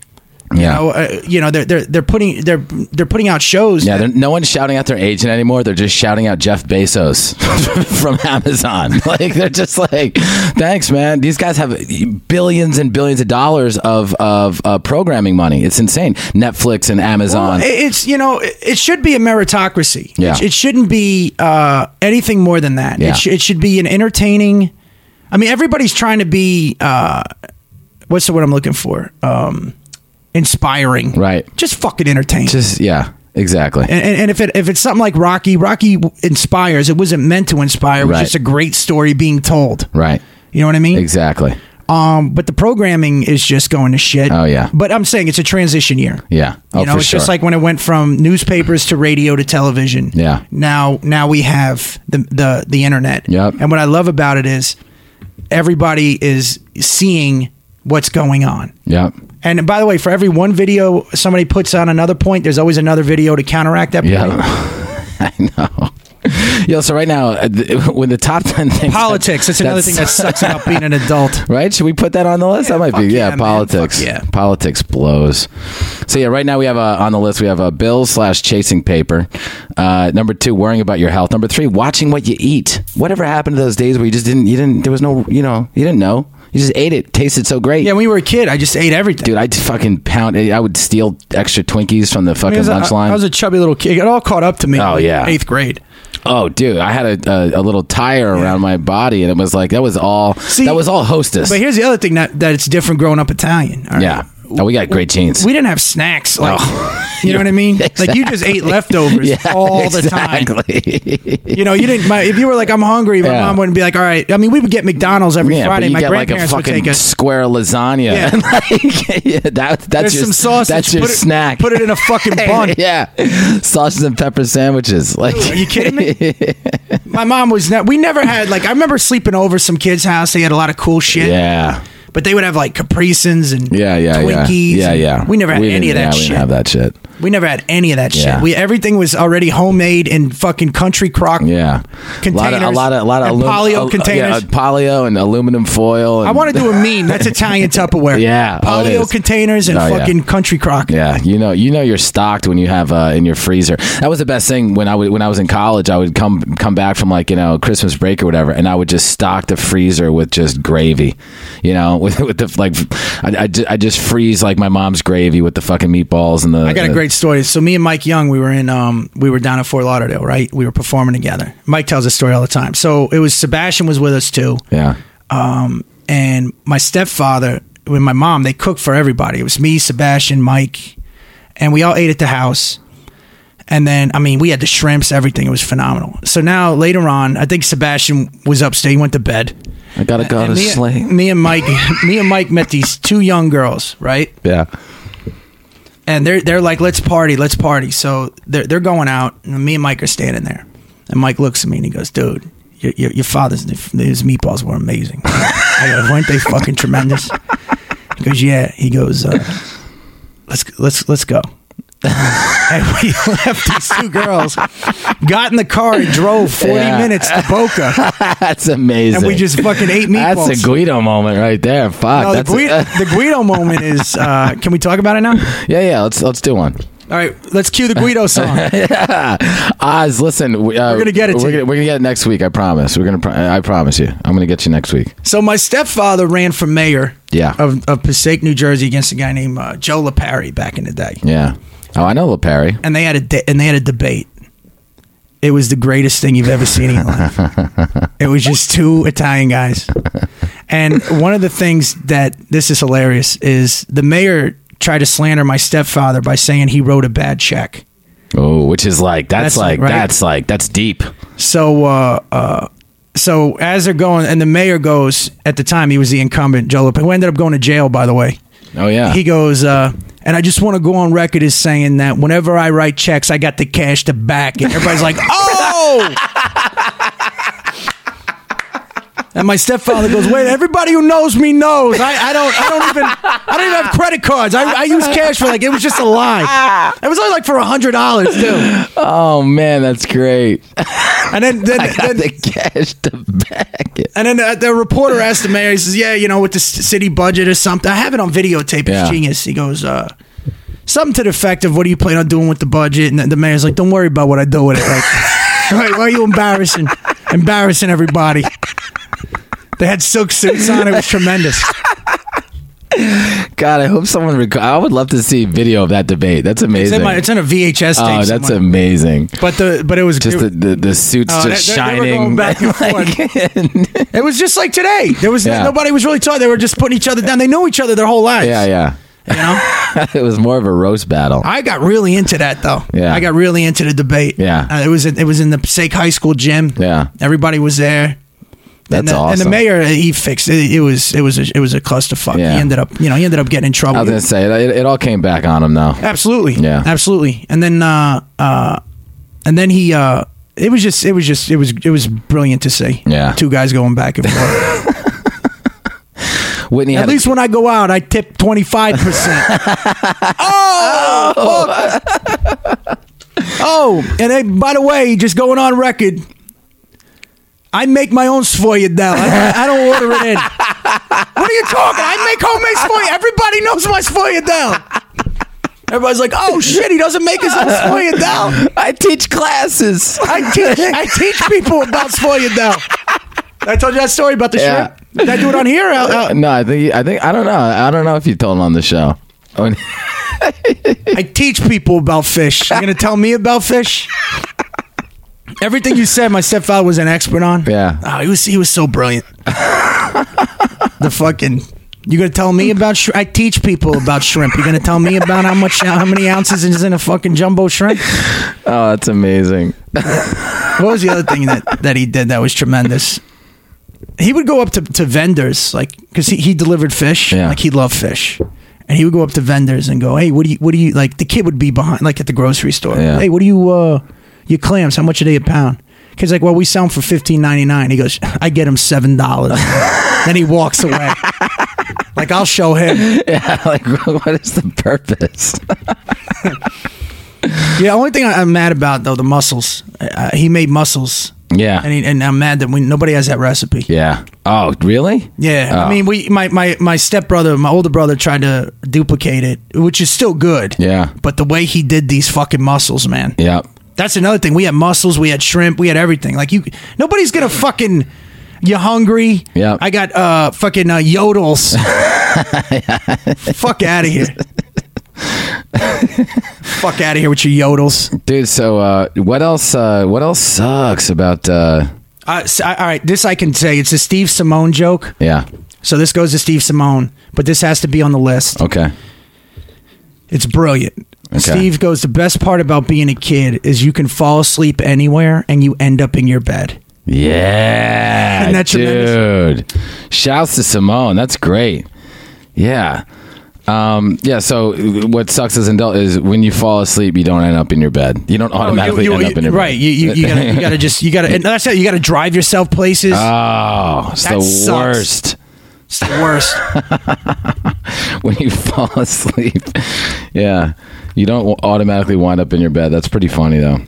Speaker 4: Yeah.
Speaker 3: You know, uh, you know they're, they're they're putting they're they're putting out shows.
Speaker 4: yeah,
Speaker 3: that-
Speaker 4: they're- no one's shouting out their agent anymore. They're just shouting out Jeff Bezos from Amazon. Like they're just like, "Thanks, man." These guys have billions and billions of dollars of of uh, programming money. It's insane. Netflix and Amazon.
Speaker 3: Well, it- it's you know it it should be a meritocracy.
Speaker 4: Yeah.
Speaker 3: It, sh- it shouldn't be uh, anything more than that.
Speaker 4: Yeah.
Speaker 3: It, sh- it should be an entertaining. I mean, everybody's trying to be uh, what's the word I'm looking for? Um, inspiring,
Speaker 4: Right.
Speaker 3: Just fucking entertaining.
Speaker 4: just yeah, exactly.
Speaker 3: and, and, and if it if it's something like Rocky, Rocky w- inspires. It wasn't meant to inspire. It was
Speaker 4: Right.
Speaker 3: just a great story being told.
Speaker 4: right.
Speaker 3: You know what I mean?
Speaker 4: Exactly.
Speaker 3: Um, but the programming is just going to shit.
Speaker 4: Oh, yeah.
Speaker 3: But I'm saying it's a transition year.
Speaker 4: Yeah. Oh,
Speaker 3: you know,
Speaker 4: for
Speaker 3: it's
Speaker 4: sure.
Speaker 3: just like when it went from newspapers to radio to television.
Speaker 4: Yeah.
Speaker 3: Now, now we have the the the internet.
Speaker 4: Yep.
Speaker 3: And what I love about it is everybody is seeing what's going on.
Speaker 4: Yep.
Speaker 3: And by the way, for every one video somebody puts on another point, there's always another video to counteract that point.
Speaker 4: Yeah. I know. Yo, so right now, uh, th- when the top ten things
Speaker 3: Politics. That's another thing that sucks about being an adult.
Speaker 4: Right? Should we put that on the list? that might
Speaker 3: fuck
Speaker 4: be. Yeah,
Speaker 3: yeah, man.
Speaker 4: politics.
Speaker 3: Fuck yeah.
Speaker 4: Politics blows. So, yeah, right now we have uh, on the list, we have uh, bills slash chasing paper. Uh, number two, worrying about your health. Number three, watching what you eat. Whatever happened to those days where you just didn't, you didn't, there was no, you know, you didn't know. You just ate it. Tasted so great.
Speaker 3: Yeah, when we were a kid, I just ate everything.
Speaker 4: Dude, I'd fucking pound. eh, I would steal extra Twinkies from the
Speaker 3: I, mean,
Speaker 4: fucking
Speaker 3: I was a-
Speaker 4: lunch line.
Speaker 3: I was a chubby little kid. It all caught up to me.
Speaker 4: Oh,
Speaker 3: like,
Speaker 4: yeah.
Speaker 3: eighth grade.
Speaker 4: oh, dude, I had a, a, a little tire around my body, and it was like that was all.
Speaker 3: See-
Speaker 4: that was all hostess.
Speaker 3: But here's the other thing that, that it's different growing up Italian. all right?
Speaker 4: yeah, oh, we got great jeans.
Speaker 3: We didn't have snacks. Like, you know what I mean? Like you just ate leftovers all the time.
Speaker 4: exactly.
Speaker 3: You know, you didn't. My, if you were like, I'm hungry, my
Speaker 4: Yeah.
Speaker 3: mom wouldn't be like, all right. I mean, we would get McDonald's every
Speaker 4: Yeah,
Speaker 3: Friday.
Speaker 4: but you
Speaker 3: My
Speaker 4: get like a
Speaker 3: grandparents would
Speaker 4: fucking
Speaker 3: take us.
Speaker 4: square lasagna.
Speaker 3: Yeah.
Speaker 4: And, like, yeah, that, that's
Speaker 3: There's
Speaker 4: your,
Speaker 3: some sausage.
Speaker 4: That's your
Speaker 3: put it,
Speaker 4: snack.
Speaker 3: Put it in a fucking bun.
Speaker 4: yeah, sausage and pepper sandwiches. Like,
Speaker 3: Are Oh, you kidding me? My mom was not. We never had like. I remember sleeping over some kid's house. They had a lot of cool shit.
Speaker 4: yeah,
Speaker 3: But they would have like Caprisons and
Speaker 4: yeah, yeah, yeah,
Speaker 3: Twinkies.
Speaker 4: yeah,
Speaker 3: and-
Speaker 4: yeah.
Speaker 3: We never had any
Speaker 4: didn't-
Speaker 3: of that
Speaker 4: yeah, We
Speaker 3: shit.
Speaker 4: didn't have that shit.
Speaker 3: We never had any of that
Speaker 4: Yeah.
Speaker 3: shit. We everything was already homemade in fucking country crock.
Speaker 4: Yeah,
Speaker 3: Containers
Speaker 4: a lot of a lot of, a lot of
Speaker 3: and polyo
Speaker 4: uh,
Speaker 3: containers.
Speaker 4: yeah, polyo and aluminum foil. And,
Speaker 3: I want to do a meme. That's Italian Tupperware.
Speaker 4: Yeah, oh, it
Speaker 3: polyo
Speaker 4: is.
Speaker 3: containers and
Speaker 4: Oh, yeah.
Speaker 3: fucking country crock.
Speaker 4: Yeah, you know, you know, you're stocked when you have uh, in your freezer. That was the best thing when I would when I was in college. I would come come back from like you know Christmas break or whatever, and I would just stock the freezer with just gravy. You know, with with the like, I, I, ju- I just freeze like my mom's gravy with the fucking meatballs and the.
Speaker 3: I got a great story. So me and Mike Young, we were in, um, we were down at Fort Lauderdale, right? We were performing together. Mike tells this story all the time. So it was Sebastian was with us too,
Speaker 4: Yeah.
Speaker 3: and my stepfather with my mom. They cooked for everybody. It was me, Sebastian, Mike, and we all ate at the house. And then, I mean, we had the shrimps, everything. It was phenomenal. So now later on, I think Sebastian was upstairs. He went to bed.
Speaker 4: I gotta go to
Speaker 3: And me,
Speaker 4: sleep.
Speaker 3: me and Mike, me and Mike met these two young girls, right?
Speaker 4: Yeah.
Speaker 3: And they're they're like, let's party, let's party. So they're they're going out, and me and Mike are standing there. And Mike looks at me and he goes, dude, your your, your father's his meatballs were amazing. I go, weren't they fucking tremendous? He goes, yeah. He goes, uh, let's let's let's go. and we left these two girls, got in the car and drove forty
Speaker 4: Yeah.
Speaker 3: minutes to Boca,
Speaker 4: That's amazing.
Speaker 3: and we just fucking ate meatballs.
Speaker 4: That's a Guido moment right there. Fuck.
Speaker 3: No, Oh, the,
Speaker 4: that's a-
Speaker 3: Guido, the Guido moment is. Uh, can we talk about it now?
Speaker 4: yeah, yeah. Let's let's do one.
Speaker 3: All right, let's cue the Guido song.
Speaker 4: Oz, listen, we, uh,
Speaker 3: We're gonna get it to
Speaker 4: We're
Speaker 3: you.
Speaker 4: gonna, we're gonna get it next week. I promise. We're gonna. Pro- I promise you. I'm gonna get you next week.
Speaker 3: So my stepfather ran for mayor
Speaker 4: Yeah.
Speaker 3: of, of Passaic, New Jersey against a guy named uh, Joe LaParry back in the day.
Speaker 4: Yeah. Oh, I know LePerry.
Speaker 3: And they had a de- and they had a debate. It was the greatest thing you've ever seen in your life. it was just two Italian guys. And one of the things that this is hilarious is the mayor tried to slander my stepfather by saying he wrote a bad check.
Speaker 4: Oh, which is like that's,
Speaker 3: That's
Speaker 4: like
Speaker 3: right.
Speaker 4: that's like that's deep.
Speaker 3: So, uh, uh, so as they're going, and the mayor goes at the time he was the incumbent, Joe Lopez, who ended up going to jail, by the way.
Speaker 4: Oh yeah.
Speaker 3: He goes, uh, and I just want to go on record as saying that whenever I write checks, I got the cash to back it. Everybody's like, oh. And my stepfather goes, wait, everybody who knows me knows. I, I don't I don't even I don't even have credit cards. I, I use cash for like it was just a lie. It was only like for a hundred dollars too.
Speaker 4: oh man, that's great.
Speaker 3: And then then, then
Speaker 4: the cash to back it.
Speaker 3: And then the, the reporter asked the mayor, he says, Yeah, you know, with the c- city budget or something. I have it on videotape. It's
Speaker 4: Yeah.
Speaker 3: genius. He goes, uh, Something to the effect of, What do you plan on doing with the budget? And the, the mayor's like, Don't worry about what I do with it. Like, like, why are you embarrassing? Embarrassing everybody. They had silk suits on. It was tremendous.
Speaker 4: God, I hope someone. Rec- I would love to see video of that debate. That's
Speaker 3: It's
Speaker 4: amazing.
Speaker 3: in, my, it's in a VHS tape.
Speaker 4: oh, that's
Speaker 3: somewhere.
Speaker 4: amazing.
Speaker 3: But the but it was
Speaker 4: Just
Speaker 3: it-
Speaker 4: the, the, the suits
Speaker 3: Oh,
Speaker 4: just
Speaker 3: they- they- they were
Speaker 4: shining.
Speaker 3: going back and
Speaker 4: Like-
Speaker 3: it was just like today. There was
Speaker 4: Yeah.
Speaker 3: nobody was really talking. They were just putting each other down. They know each other their whole lives.
Speaker 4: yeah, yeah.
Speaker 3: You know.
Speaker 4: it was more of a roast battle.
Speaker 3: I got really into that though.
Speaker 4: Yeah.
Speaker 3: I got really into the debate.
Speaker 4: Yeah.
Speaker 3: Uh, it was it was in the Passaic High School gym.
Speaker 4: Yeah.
Speaker 3: everybody was there.
Speaker 4: That's
Speaker 3: and the,
Speaker 4: awesome.
Speaker 3: And the mayor uh, he fixed it. It was it was a, it was a clusterfuck.
Speaker 4: Yeah.
Speaker 3: He ended up you know he ended up getting in
Speaker 4: I
Speaker 3: trouble.
Speaker 4: was gonna say it, it all came back on him though.
Speaker 3: absolutely.
Speaker 4: Yeah.
Speaker 3: absolutely. And then uh uh and then he uh it was just it was just it was it was brilliant to see.
Speaker 4: Yeah.
Speaker 3: two guys going back and forth.
Speaker 4: Whitney
Speaker 3: At
Speaker 4: had
Speaker 3: least when I go out, I tip twenty five percent.
Speaker 4: Oh.
Speaker 3: Oh, and hey, by the way, just going on record, I make my own sfogliatelle. I, I don't order it in. What are you talking? I make homemade sfogliatelle. Everybody knows my sfogliatelle. Everybody's like, "Oh shit, he doesn't make his own sfogliatelle."
Speaker 4: I teach classes.
Speaker 3: I teach, I teach people about sfogliatelle. I told you that story about the
Speaker 4: Yeah.
Speaker 3: shrimp. Did I do it on here? Uh, uh,
Speaker 4: no, I think I think I don't know. I don't know if you told him on the show. Oh, I mean,
Speaker 3: I teach people about fish. You're gonna tell me about fish? Everything you said, my stepfather was an expert on.
Speaker 4: Yeah.
Speaker 3: Oh, he was he was so brilliant. the fucking you're gonna tell me about shrimp? I teach people about shrimp. You're gonna tell me about how much how many ounces is in a fucking jumbo shrimp?
Speaker 4: oh, that's amazing.
Speaker 3: What was the other thing that that he did that was tremendous? He would go up to, to vendors like because he, he delivered fish
Speaker 4: Yeah.
Speaker 3: like he loved fish. And he would go up to vendors and go, "Hey, what do you, what do you like?" The kid would be behind, like at the grocery store.
Speaker 4: Yeah.
Speaker 3: Hey, what do you, uh, your clams? How much are they a pound? Kid's like, "Well, we sell them for fifteen ninety nine. He goes, "I get them seven dollars." then he walks away. like I'll show him.
Speaker 4: Yeah, like what is the purpose?
Speaker 3: Yeah. Only thing I, I'm mad about though the mussels. Uh, he made mussels,
Speaker 4: yeah.
Speaker 3: and he, and I'm mad that we nobody has that recipe.
Speaker 4: yeah. Oh, really?
Speaker 3: Yeah,
Speaker 4: Oh.
Speaker 3: I mean, we my my my stepbrother, my older brother, tried to duplicate it, which is still good.
Speaker 4: Yeah.
Speaker 3: but the way he did these fucking mussels, man,
Speaker 4: Yeah.
Speaker 3: that's another thing. We had mussels, we had shrimp, we had everything. Like you, nobody's gonna fucking. You hungry?
Speaker 4: Yeah.
Speaker 3: I got uh fucking uh, yodels. Fuck out of here. Fuck out of here with your yodels.
Speaker 4: Dude, so uh, what else uh, what else sucks about uh,
Speaker 3: Uh, so, all right, this I can say. It's a Steve Simone joke.
Speaker 4: yeah.
Speaker 3: So this goes to Steve Simone, but this has to be on the list.
Speaker 4: Okay.
Speaker 3: It's brilliant. Steve goes, The best part about being a kid is you can fall asleep anywhere and you end up in your bed.
Speaker 4: Yeah.
Speaker 3: Isn't that
Speaker 4: dude. Shouts to Simone. That's great. Yeah. Um, yeah, so what sucks as an adult is when you fall asleep, you don't end up in your bed. Oh, You don't automatically
Speaker 3: Oh, you, you-
Speaker 4: end up in your
Speaker 3: right.
Speaker 4: bed.
Speaker 3: You, you, you, gotta, you gotta just, you gotta, and that's it. You gotta drive yourself places.
Speaker 4: Oh, it's
Speaker 3: That
Speaker 4: the
Speaker 3: sucks.
Speaker 4: worst.
Speaker 3: it's the worst.
Speaker 4: when you fall asleep. yeah, you don't wa- automatically wind up in your bed. That's pretty funny though.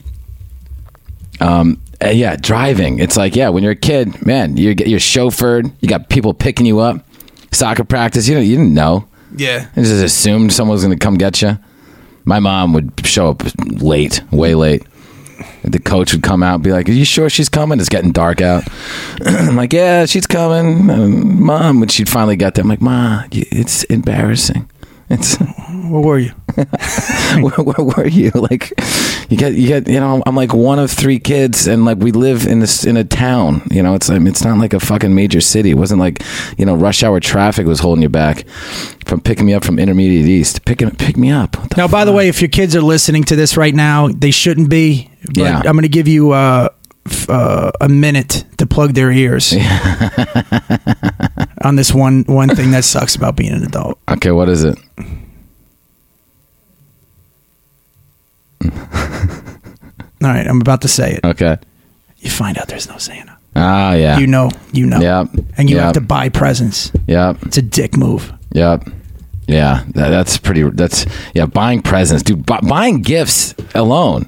Speaker 4: Um, uh, yeah, driving. It's like yeah, when you're a kid, man, you're get- you're chauffeured. You got people picking you up. Soccer practice. You know, you didn't know.
Speaker 3: yeah.
Speaker 4: You just assumed someone was going to come get you. My mom would show up late, way late. The coach would come out and be like, Are you sure she's coming? It's getting dark out. I'm like, Yeah, she's coming. And mom, when she'd finally got there, I'm like, Ma, y- it's embarrassing. It's
Speaker 3: Where were you?
Speaker 4: where, where were you? Like, you get, you get, you know, I'm like one of three kids, and like we live in this in a town. You know, it's I mean, it's not like a fucking major city. It wasn't like you know rush hour traffic was holding you back from picking me up from Intermediate East. Picking pick me up. What the
Speaker 3: Now, by the way, if your kids are listening to this right now, they shouldn't be. But
Speaker 4: Yeah.
Speaker 3: I'm going to give you uh, f- uh, a minute to plug their ears on this one one thing that sucks about being an adult.
Speaker 4: f- okay, what is it?
Speaker 3: All right, I'm about to say it.
Speaker 4: Okay.
Speaker 3: You find out there's no Santa.
Speaker 4: Ah, yeah.
Speaker 3: You know, you know.
Speaker 4: Yep.
Speaker 3: And you
Speaker 4: Yep.
Speaker 3: have to buy presents.
Speaker 4: Yep.
Speaker 3: It's a dick move.
Speaker 4: Yep. Yeah, that, that's pretty. That's yeah. Buying presents, dude. Bu- buying gifts alone.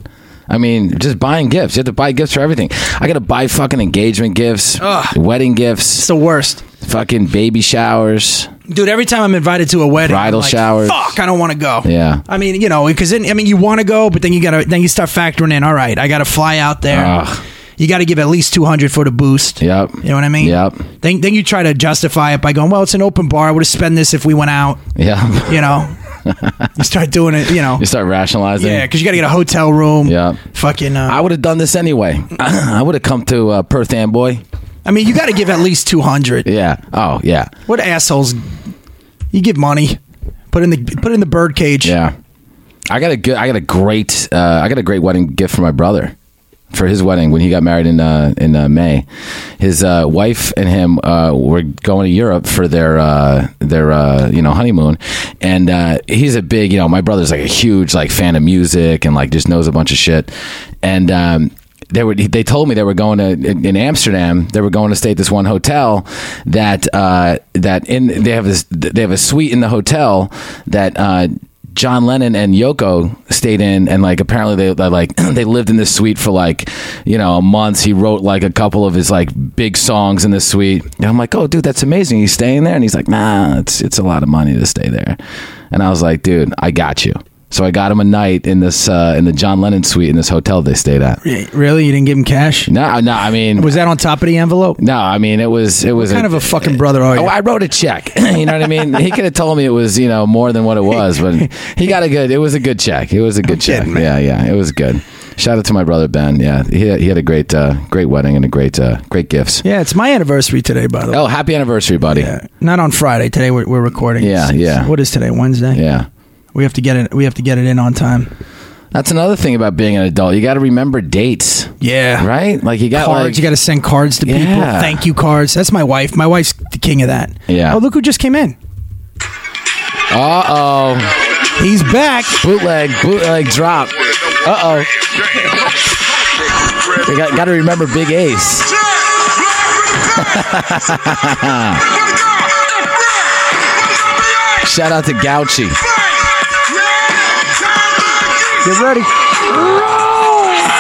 Speaker 4: I mean, just buying gifts. You have to buy gifts for everything. I gotta buy fucking engagement gifts, wedding
Speaker 3: It's
Speaker 4: gifts,
Speaker 3: the worst.
Speaker 4: fucking baby showers.
Speaker 3: Dude, every time I'm invited to a wedding,
Speaker 4: Bridal
Speaker 3: I'm like,
Speaker 4: showers.
Speaker 3: Fuck, I don't want to go.
Speaker 4: Yeah.
Speaker 3: I mean, you know, because I mean, you want to go, but then you gotta then you start factoring in. All right, I gotta fly out there.
Speaker 4: Ugh.
Speaker 3: You gotta give at least two hundred for the boost.
Speaker 4: Yep.
Speaker 3: You know what I mean?
Speaker 4: Yep.
Speaker 3: Then then you try to justify it by going, well, it's an open bar. I would have spent this if we went out.
Speaker 4: Yeah.
Speaker 3: You know. you start doing it. You know.
Speaker 4: you start rationalizing.
Speaker 3: Yeah, because you gotta get a hotel room.
Speaker 4: Yeah.
Speaker 3: Fucking. Uh,
Speaker 4: I would have done this anyway. I would have come to uh, Perth Amboy.
Speaker 3: I mean, you gotta give at least two hundred.
Speaker 4: Yeah. Oh yeah.
Speaker 3: What assholes? You give money. Put in the put in the bird cage.
Speaker 4: Yeah. I got a good. I got a great. Uh, I got a great wedding gift for my brother for his wedding when he got married in uh, in uh, May. His uh, wife and him uh, were going to Europe for their uh, their uh, you know honeymoon, and uh, he's a big you know my brother's like a huge like fan of music and like just knows a bunch of shit, and. Um, they were they told me they were going to in, in Amsterdam. They were going to stay at this one hotel that uh, that in they have this they have a suite in the hotel that. Uh, John Lennon and Yoko stayed in, and like apparently they, they like they lived in this suite for like you know months. He wrote like a couple of his like big songs in this suite, and I'm like, oh dude, that's amazing. He's staying there, and he's like, nah, it's it's a lot of money to stay there, and I was like, dude, I got you. So I got him a night in this uh, in the John Lennon suite in this hotel they stayed at.
Speaker 3: Re- Really? You didn't give him cash?
Speaker 4: No, no, I mean,
Speaker 3: Was that on top of the envelope?
Speaker 4: no, I mean, it was, it was
Speaker 3: Kind of a fucking brother are you?
Speaker 4: Oh, I wrote a check. you know what I mean? He could have told me it was, you know, more than what it was, but he got a good. It was a good check. It was a good check.
Speaker 3: kidding, man.
Speaker 4: yeah, yeah, it was good. Shout out to my brother Ben. Yeah, he he had a great uh, great wedding and a great uh, great gifts.
Speaker 3: yeah, it's my anniversary today, by the way.
Speaker 4: Oh, happy anniversary, buddy. Yeah.
Speaker 3: Yeah. Not on Friday. Today we're, we're recording.
Speaker 4: Yeah,
Speaker 3: It's- it's-
Speaker 4: yeah.
Speaker 3: What is today? Wednesday. we have to get it. We have to get it in on time.
Speaker 4: that's another thing about being an adult. You got to remember dates,
Speaker 3: Yeah,
Speaker 4: right? Like you got
Speaker 3: Cards.
Speaker 4: like
Speaker 3: you got to send cards to people.
Speaker 4: Yeah.
Speaker 3: Thank you cards. That's my wife. My wife's the king of that.
Speaker 4: Yeah.
Speaker 3: Oh, look who just came in.
Speaker 4: uh oh
Speaker 3: He's back.
Speaker 4: bootleg bootleg drop. Uh oh, you got got to remember Big Ace. Shout out to Gauchi.
Speaker 3: Get ready.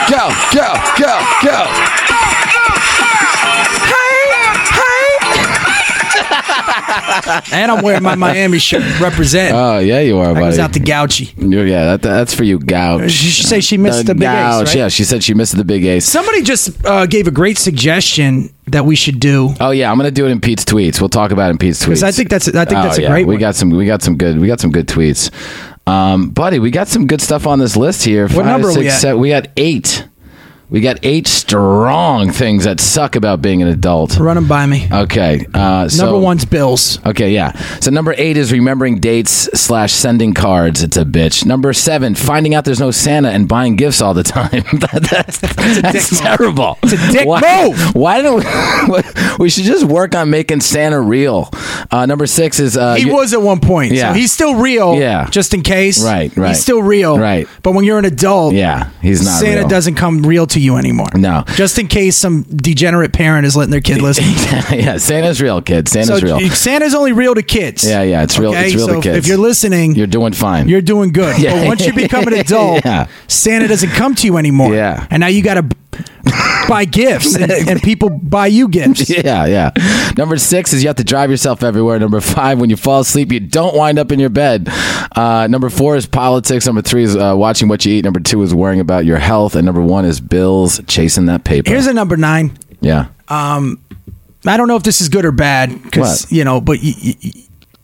Speaker 4: Go, go, go, go.
Speaker 3: And I'm wearing my Miami shirt. Represent.
Speaker 4: Oh yeah, you are, buddy.
Speaker 3: I was out to Gouchy.
Speaker 4: You- yeah, that, that's for you, Gouch.
Speaker 3: She should say she missed the big ace,
Speaker 4: Gouch,
Speaker 3: right?
Speaker 4: Yeah, Uh, she said she missed the big ace.
Speaker 3: Somebody just uh, gave a great suggestion that we should do.
Speaker 4: Oh yeah, I'm gonna do it in Pete's tweets. We'll talk about it in Pete's tweets.
Speaker 3: I think that's- I think
Speaker 4: Oh,
Speaker 3: that's a
Speaker 4: yeah.
Speaker 3: great
Speaker 4: We
Speaker 3: one.
Speaker 4: got some. We got some good. We got some good tweets. Um, buddy, we got some good stuff on this list here. What
Speaker 3: number are we at?
Speaker 4: we got eight. We got eight strong things that suck about being an adult.
Speaker 3: Run them by me.
Speaker 4: Okay. Uh, so,
Speaker 3: Number one's bills.
Speaker 4: Okay, yeah. So number eight is remembering dates slash sending cards. It's a bitch. Number seven, finding out there's no Santa and buying gifts all the time. That- that's that's terrible. It's
Speaker 3: a dick
Speaker 4: why,
Speaker 3: move.
Speaker 4: Why don't we, we should just work on making Santa real? Uh, number six is uh,
Speaker 3: He
Speaker 4: you-
Speaker 3: was at one point.
Speaker 4: Yeah.
Speaker 3: So he's still real.
Speaker 4: Yeah.
Speaker 3: Just in case.
Speaker 4: Right, right.
Speaker 3: He's still real.
Speaker 4: Right.
Speaker 3: But when you're an adult,
Speaker 4: Yeah, he's not.
Speaker 3: Santa
Speaker 4: real.
Speaker 3: doesn't come real to you anymore.
Speaker 4: No.
Speaker 3: Just in case some degenerate parent is letting their kid listen.
Speaker 4: yeah, Santa's real, kid.
Speaker 3: so
Speaker 4: Santa's real.
Speaker 3: if Santa's only real to kids.
Speaker 4: Yeah, yeah, it's real-
Speaker 3: Okay?
Speaker 4: it's real to
Speaker 3: so if-
Speaker 4: kids.
Speaker 3: If you're listening,
Speaker 4: You're
Speaker 3: you're,
Speaker 4: doing fine.
Speaker 3: doing good.
Speaker 4: Yeah.
Speaker 3: But once you become an adult,
Speaker 4: Yeah.
Speaker 3: Santa doesn't come to you anymore.
Speaker 4: Yeah.
Speaker 3: And now you got to buy gifts and, and people buy you gifts.
Speaker 4: Yeah, yeah. Number six is you have to drive yourself everywhere. Number five, when you fall asleep, you don't wind up in your bed. Uh, number four is politics. Number three is uh, watching what you eat. Number two is worrying about your health. And number one is bills, chasing that paper.
Speaker 3: Here's a number nine.
Speaker 4: yeah.
Speaker 3: I don't know if this is good or bad because
Speaker 4: What?
Speaker 3: you know, but you, you,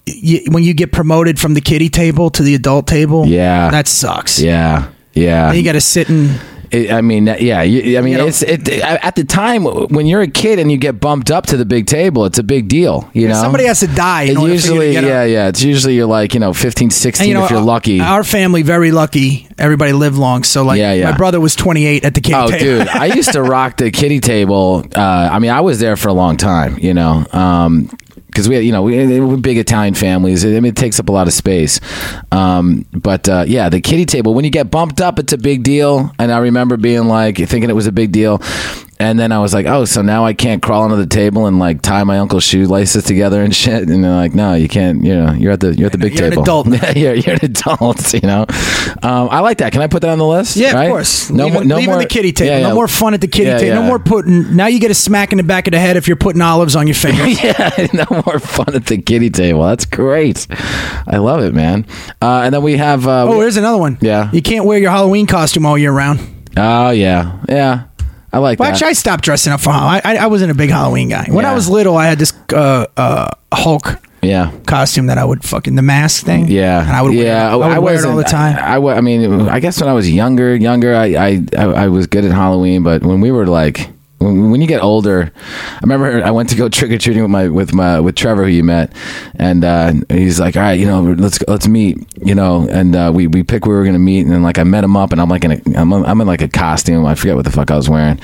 Speaker 3: you, when you get promoted from the kiddie table to the adult table,
Speaker 4: Yeah.
Speaker 3: that sucks.
Speaker 4: yeah. Yeah.
Speaker 3: Then you got to sit and
Speaker 4: It- I mean, that- yeah. You, I mean,
Speaker 3: You know-
Speaker 4: it's it, at the time when you're a kid and you get bumped up to the big table, it's a big deal. You know,
Speaker 3: somebody has to die in
Speaker 4: It
Speaker 3: order for you to
Speaker 4: usually,
Speaker 3: get up.
Speaker 4: yeah, yeah. It's usually you're like you know 15, 16
Speaker 3: And, you know, uh,
Speaker 4: if you're
Speaker 3: our-
Speaker 4: lucky.
Speaker 3: Our family very lucky. Everybody lived long, so like
Speaker 4: Yeah, yeah.
Speaker 3: my brother was 28 at the kiddie
Speaker 4: Oh,
Speaker 3: table.
Speaker 4: dude, I used to rock the kitty table. Uh, I mean, I was there for a long time, you know, because we, you know, we, we're big Italian families. I mean, it takes up a lot of space. Um, but uh, yeah, the kitty table. When you get bumped up, it's a big deal. And I remember being like thinking it was a big deal. And then I was like, oh, so now I can't crawl under the table and like tie my uncle's shoelaces together and shit. And they're like, no, you can't. You know, you're at the you're at the big
Speaker 3: You're an
Speaker 4: table.
Speaker 3: adult now.
Speaker 4: you're, you're an adult. You know, um, I like that. Can I put that on the list?
Speaker 3: Yeah,
Speaker 4: right?
Speaker 3: of course.
Speaker 4: No,
Speaker 3: leaving,
Speaker 4: more, no
Speaker 3: leaving
Speaker 4: more
Speaker 3: the kitty table.
Speaker 4: yeah, yeah.
Speaker 3: No more fun at the kitty
Speaker 4: Yeah,
Speaker 3: table.
Speaker 4: yeah.
Speaker 3: No more putting. Now you get a smack in the back of the head if you're putting olives on your finger.
Speaker 4: yeah, no more fun at the kitty table. That's great. I love it, man. Uh, and then we have. Uh,
Speaker 3: oh,
Speaker 4: we-
Speaker 3: here's another one.
Speaker 4: Yeah.
Speaker 3: you can't wear your Halloween costume all year round.
Speaker 4: oh yeah, yeah. I like
Speaker 3: Well,
Speaker 4: that.
Speaker 3: actually, I stopped dressing up for Halloween. I, I wasn't a big Halloween guy. When
Speaker 4: Yeah.
Speaker 3: I was little, I had this uh, uh, Hulk
Speaker 4: yeah.
Speaker 3: costume that I would fucking the mask thing.
Speaker 4: Yeah,
Speaker 3: and I would
Speaker 4: yeah.
Speaker 3: wear, it. I would wear it all the
Speaker 4: wasn't-
Speaker 3: time.
Speaker 4: I, I, wa- I mean, I guess when I was younger, younger, I, I, I, I was good at Halloween, but when we were like, when, when you get older, I remember I went to go trick or treating with my with my with Trevor, who you met, and uh, he's like, all right, you know, let's let's meet, you know, and uh, we we pick where we are gonna meet, and then like I met him up, and I'm like in a, I'm, I'm in like a costume, I forget what the fuck I was wearing,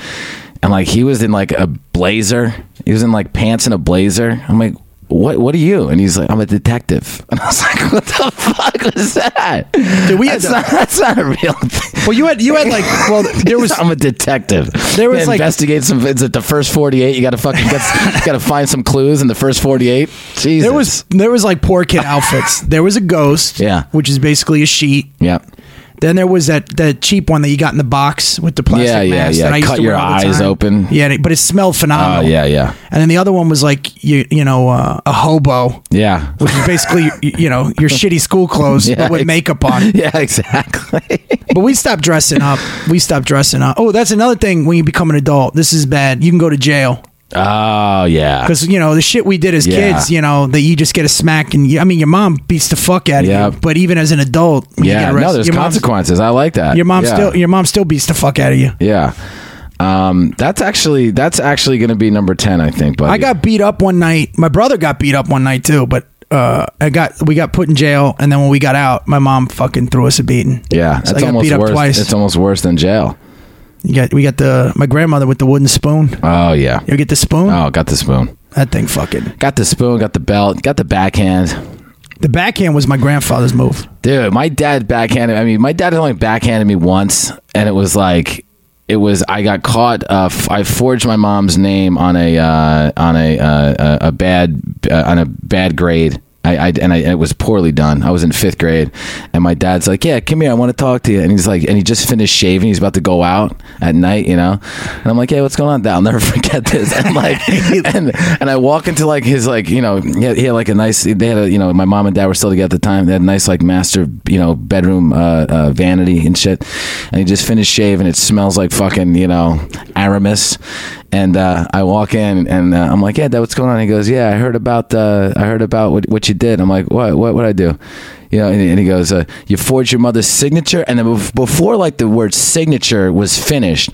Speaker 4: and like he was in like a blazer, he was in like pants and a blazer. I'm like what what are you? And he's like, I'm a detective. And I was like, what the fuck was that?
Speaker 3: Dude, we had
Speaker 4: that's,
Speaker 3: the-
Speaker 4: not, that's not a real thing.
Speaker 3: well, you had you had like well, there was
Speaker 4: I'm a detective.
Speaker 3: There was,
Speaker 4: You
Speaker 3: like-
Speaker 4: investigate some. It's at the first 48. You got to fucking get, you got to find some clues in the first 48. Jesus.
Speaker 3: there was there was like poor kid outfits. There was a ghost.
Speaker 4: Yeah.
Speaker 3: which is basically a sheet.
Speaker 4: Yeah.
Speaker 3: Then there was that that cheap one that you got in the box with the plastic
Speaker 4: Yeah, yeah,
Speaker 3: mask
Speaker 4: yeah.
Speaker 3: that I used
Speaker 4: Cut
Speaker 3: to wear
Speaker 4: your
Speaker 3: all the
Speaker 4: eyes
Speaker 3: time.
Speaker 4: open.
Speaker 3: Yeah, but it smelled
Speaker 4: Oh
Speaker 3: phenomenal.
Speaker 4: yeah, yeah,
Speaker 3: And then the other one was like you you know uh, a hobo,
Speaker 4: yeah.
Speaker 3: which is basically you, you know your shitty school clothes
Speaker 4: Yeah,
Speaker 3: but with
Speaker 4: ex-
Speaker 3: makeup on.
Speaker 4: Yeah, exactly.
Speaker 3: But we stopped dressing up. We stopped dressing up. Oh, that's another thing when you become an adult. This is bad. You can go to jail
Speaker 4: Oh yeah.
Speaker 3: because you know the shit we did as
Speaker 4: Yeah.
Speaker 3: kids. You know that you just get a smack and you, I mean your mom beats the fuck out of
Speaker 4: Yeah.
Speaker 3: you. But even as an adult, when
Speaker 4: Yeah.
Speaker 3: you get
Speaker 4: No,
Speaker 3: arrested,
Speaker 4: there's
Speaker 3: your mom's-
Speaker 4: consequences. I like that.
Speaker 3: Your mom
Speaker 4: Yeah.
Speaker 3: still your mom still beats the fuck out of you.
Speaker 4: Yeah. Um, that's actually that's actually going to be number ten, I think. But
Speaker 3: I got beat up one night. My brother got beat up one night too, but uh, I got we got put in jail, and then when we got out, my mom fucking threw us a beating.
Speaker 4: yeah,
Speaker 3: so
Speaker 4: that's
Speaker 3: I got
Speaker 4: almost
Speaker 3: beat up
Speaker 4: worse.
Speaker 3: twice.
Speaker 4: It's almost worse than jail.
Speaker 3: You got we got the my grandmother with the wooden spoon.
Speaker 4: Oh yeah.
Speaker 3: You get the spoon?
Speaker 4: Oh, got the spoon.
Speaker 3: That thing fucking.
Speaker 4: Got the spoon. Got the belt. Got the backhand.
Speaker 3: The backhand was my grandfather's move.
Speaker 4: Dude, my dad backhanded. I mean, my dad only backhanded me once, and it was like, it was. I got caught. Uh, f- I forged my mom's name on a uh, on a uh, a a bad uh, on a bad grade. I, I and I, it was poorly done. I was in fifth grade, and my dad's like, "Yeah, come here. I want to talk to you." And he's like, and he just finished shaving. He's about to go out at night, you know. And I'm like, "Yeah, what's going on?" Dad? I'll never forget this. And like, and, and I walk into like his like you know he had, he had like a nice they had a you know my mom and dad were still together at the time. They had a nice like master you know bedroom uh, uh, vanity and shit. And he just finished shaving. It smells like fucking you know Aramis. And uh, I walk in and uh, I'm like, "Yeah, dad, what's going on?" He goes, "Yeah, I heard about uh, I heard about what what you did." I'm like, "What? What? What I do?" you know, and, and he goes, uh, "You forged your mother's signature," and then bef- before like the word signature was finished,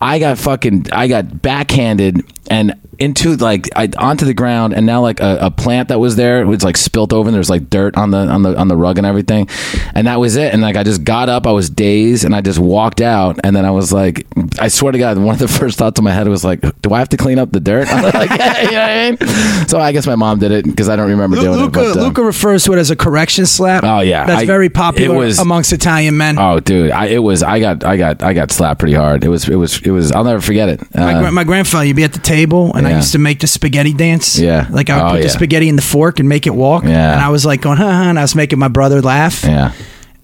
Speaker 4: I got fucking, I got backhanded and into like I, onto the ground, and now like a, a plant that was there was like spilt over, and there's like dirt on the on the on the rug and everything, and that was it. And like I just got up, I was dazed, and I just walked out, and then I was like, I swear to God, one of the first thoughts in my head was like, "Do I have to clean up the dirt?" I'm like, yeah, you know what I mean? So I guess my mom did it because I don't remember doing
Speaker 3: Luca
Speaker 4: it. But, uh,
Speaker 3: Luca refers to it as a correction slap.
Speaker 4: Oh, yeah.
Speaker 3: that's
Speaker 4: I-
Speaker 3: very popular
Speaker 4: it was-
Speaker 3: amongst Italian men.
Speaker 4: Oh, dude, I, it was. I got, I got, I got slapped pretty hard. It was, it was, it was. I'll never forget it. Uh,
Speaker 3: my, gra- my grandfather, you'd be at the table, and I
Speaker 4: Yeah.
Speaker 3: used to make the spaghetti dance.
Speaker 4: Yeah.
Speaker 3: like I would
Speaker 4: Oh,
Speaker 3: put the
Speaker 4: yeah.
Speaker 3: spaghetti in the fork and make it walk.
Speaker 4: Yeah.
Speaker 3: and I was like going, huh, huh, and I was making my brother laugh.
Speaker 4: yeah,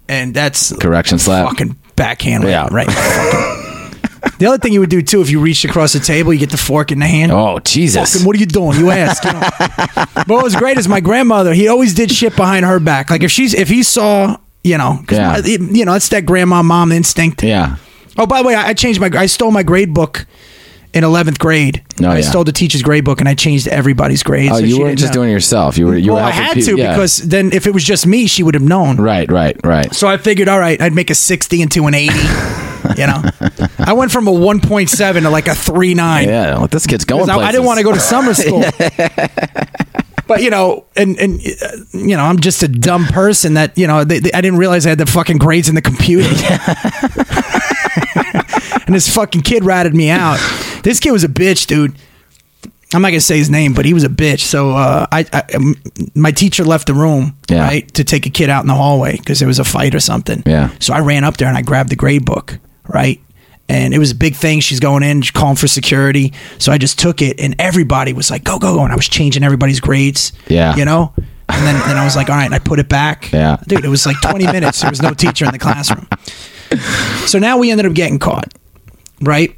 Speaker 3: and that's
Speaker 4: correction slap.
Speaker 3: fucking backhand.
Speaker 4: Yeah.
Speaker 3: Yeah, right. The other thing you would do too, if you reached across the table, you get the fork in the hand.
Speaker 4: Oh Jesus!
Speaker 3: Fucking, what are you doing? You asked. You know. but what was great is my grandmother. He always did shit behind her back. Like if she's if he saw, you know, 'cause
Speaker 4: Yeah.
Speaker 3: my- you know, it's that grandma mom instinct.
Speaker 4: Yeah.
Speaker 3: Oh, by the way, I I changed my. I stole my grade book in eleventh grade.
Speaker 4: Oh,
Speaker 3: I
Speaker 4: yeah.
Speaker 3: stole the teacher's grade book and I changed everybody's grades.
Speaker 4: Oh,
Speaker 3: so she
Speaker 4: you weren't
Speaker 3: didn't
Speaker 4: just
Speaker 3: know.
Speaker 4: doing it yourself. You were. You
Speaker 3: Well,
Speaker 4: were
Speaker 3: I
Speaker 4: helping
Speaker 3: had
Speaker 4: peop-
Speaker 3: to
Speaker 4: yeah.
Speaker 3: because then if it was just me, she would have known.
Speaker 4: Right. Right. Right.
Speaker 3: So I figured, all right, I'd make a sixty into an eighty. you know, I went from a one point seven to like a three nine.
Speaker 4: Yeah. Well, this kid's going.
Speaker 3: Because I, I didn't
Speaker 4: places.
Speaker 3: want to go to summer school. but you know, and and uh, you know, I'm just a dumb person that you know. They, they- I didn't realize I had the fucking grades in the computer. and this fucking kid ratted me out. This kid was a bitch, dude. I'm not gonna say his name, but he was a bitch. So uh, I, I, um, my teacher left the room,
Speaker 4: Yeah.
Speaker 3: right, to take a kid out in the hallway because there was a fight or something.
Speaker 4: Yeah.
Speaker 3: So I ran up there and I grabbed the grade book, right? And it was a big thing. She's going in, she's calling for security. So I just took it, and everybody was like, "Go, go, go!" And I was changing everybody's grades.
Speaker 4: Yeah.
Speaker 3: You know. And then, then I was like, "All right," and I put it back.
Speaker 4: Yeah.
Speaker 3: Dude, it was like 20 minutes. There was no teacher in the classroom. So now we ended up getting caught, right?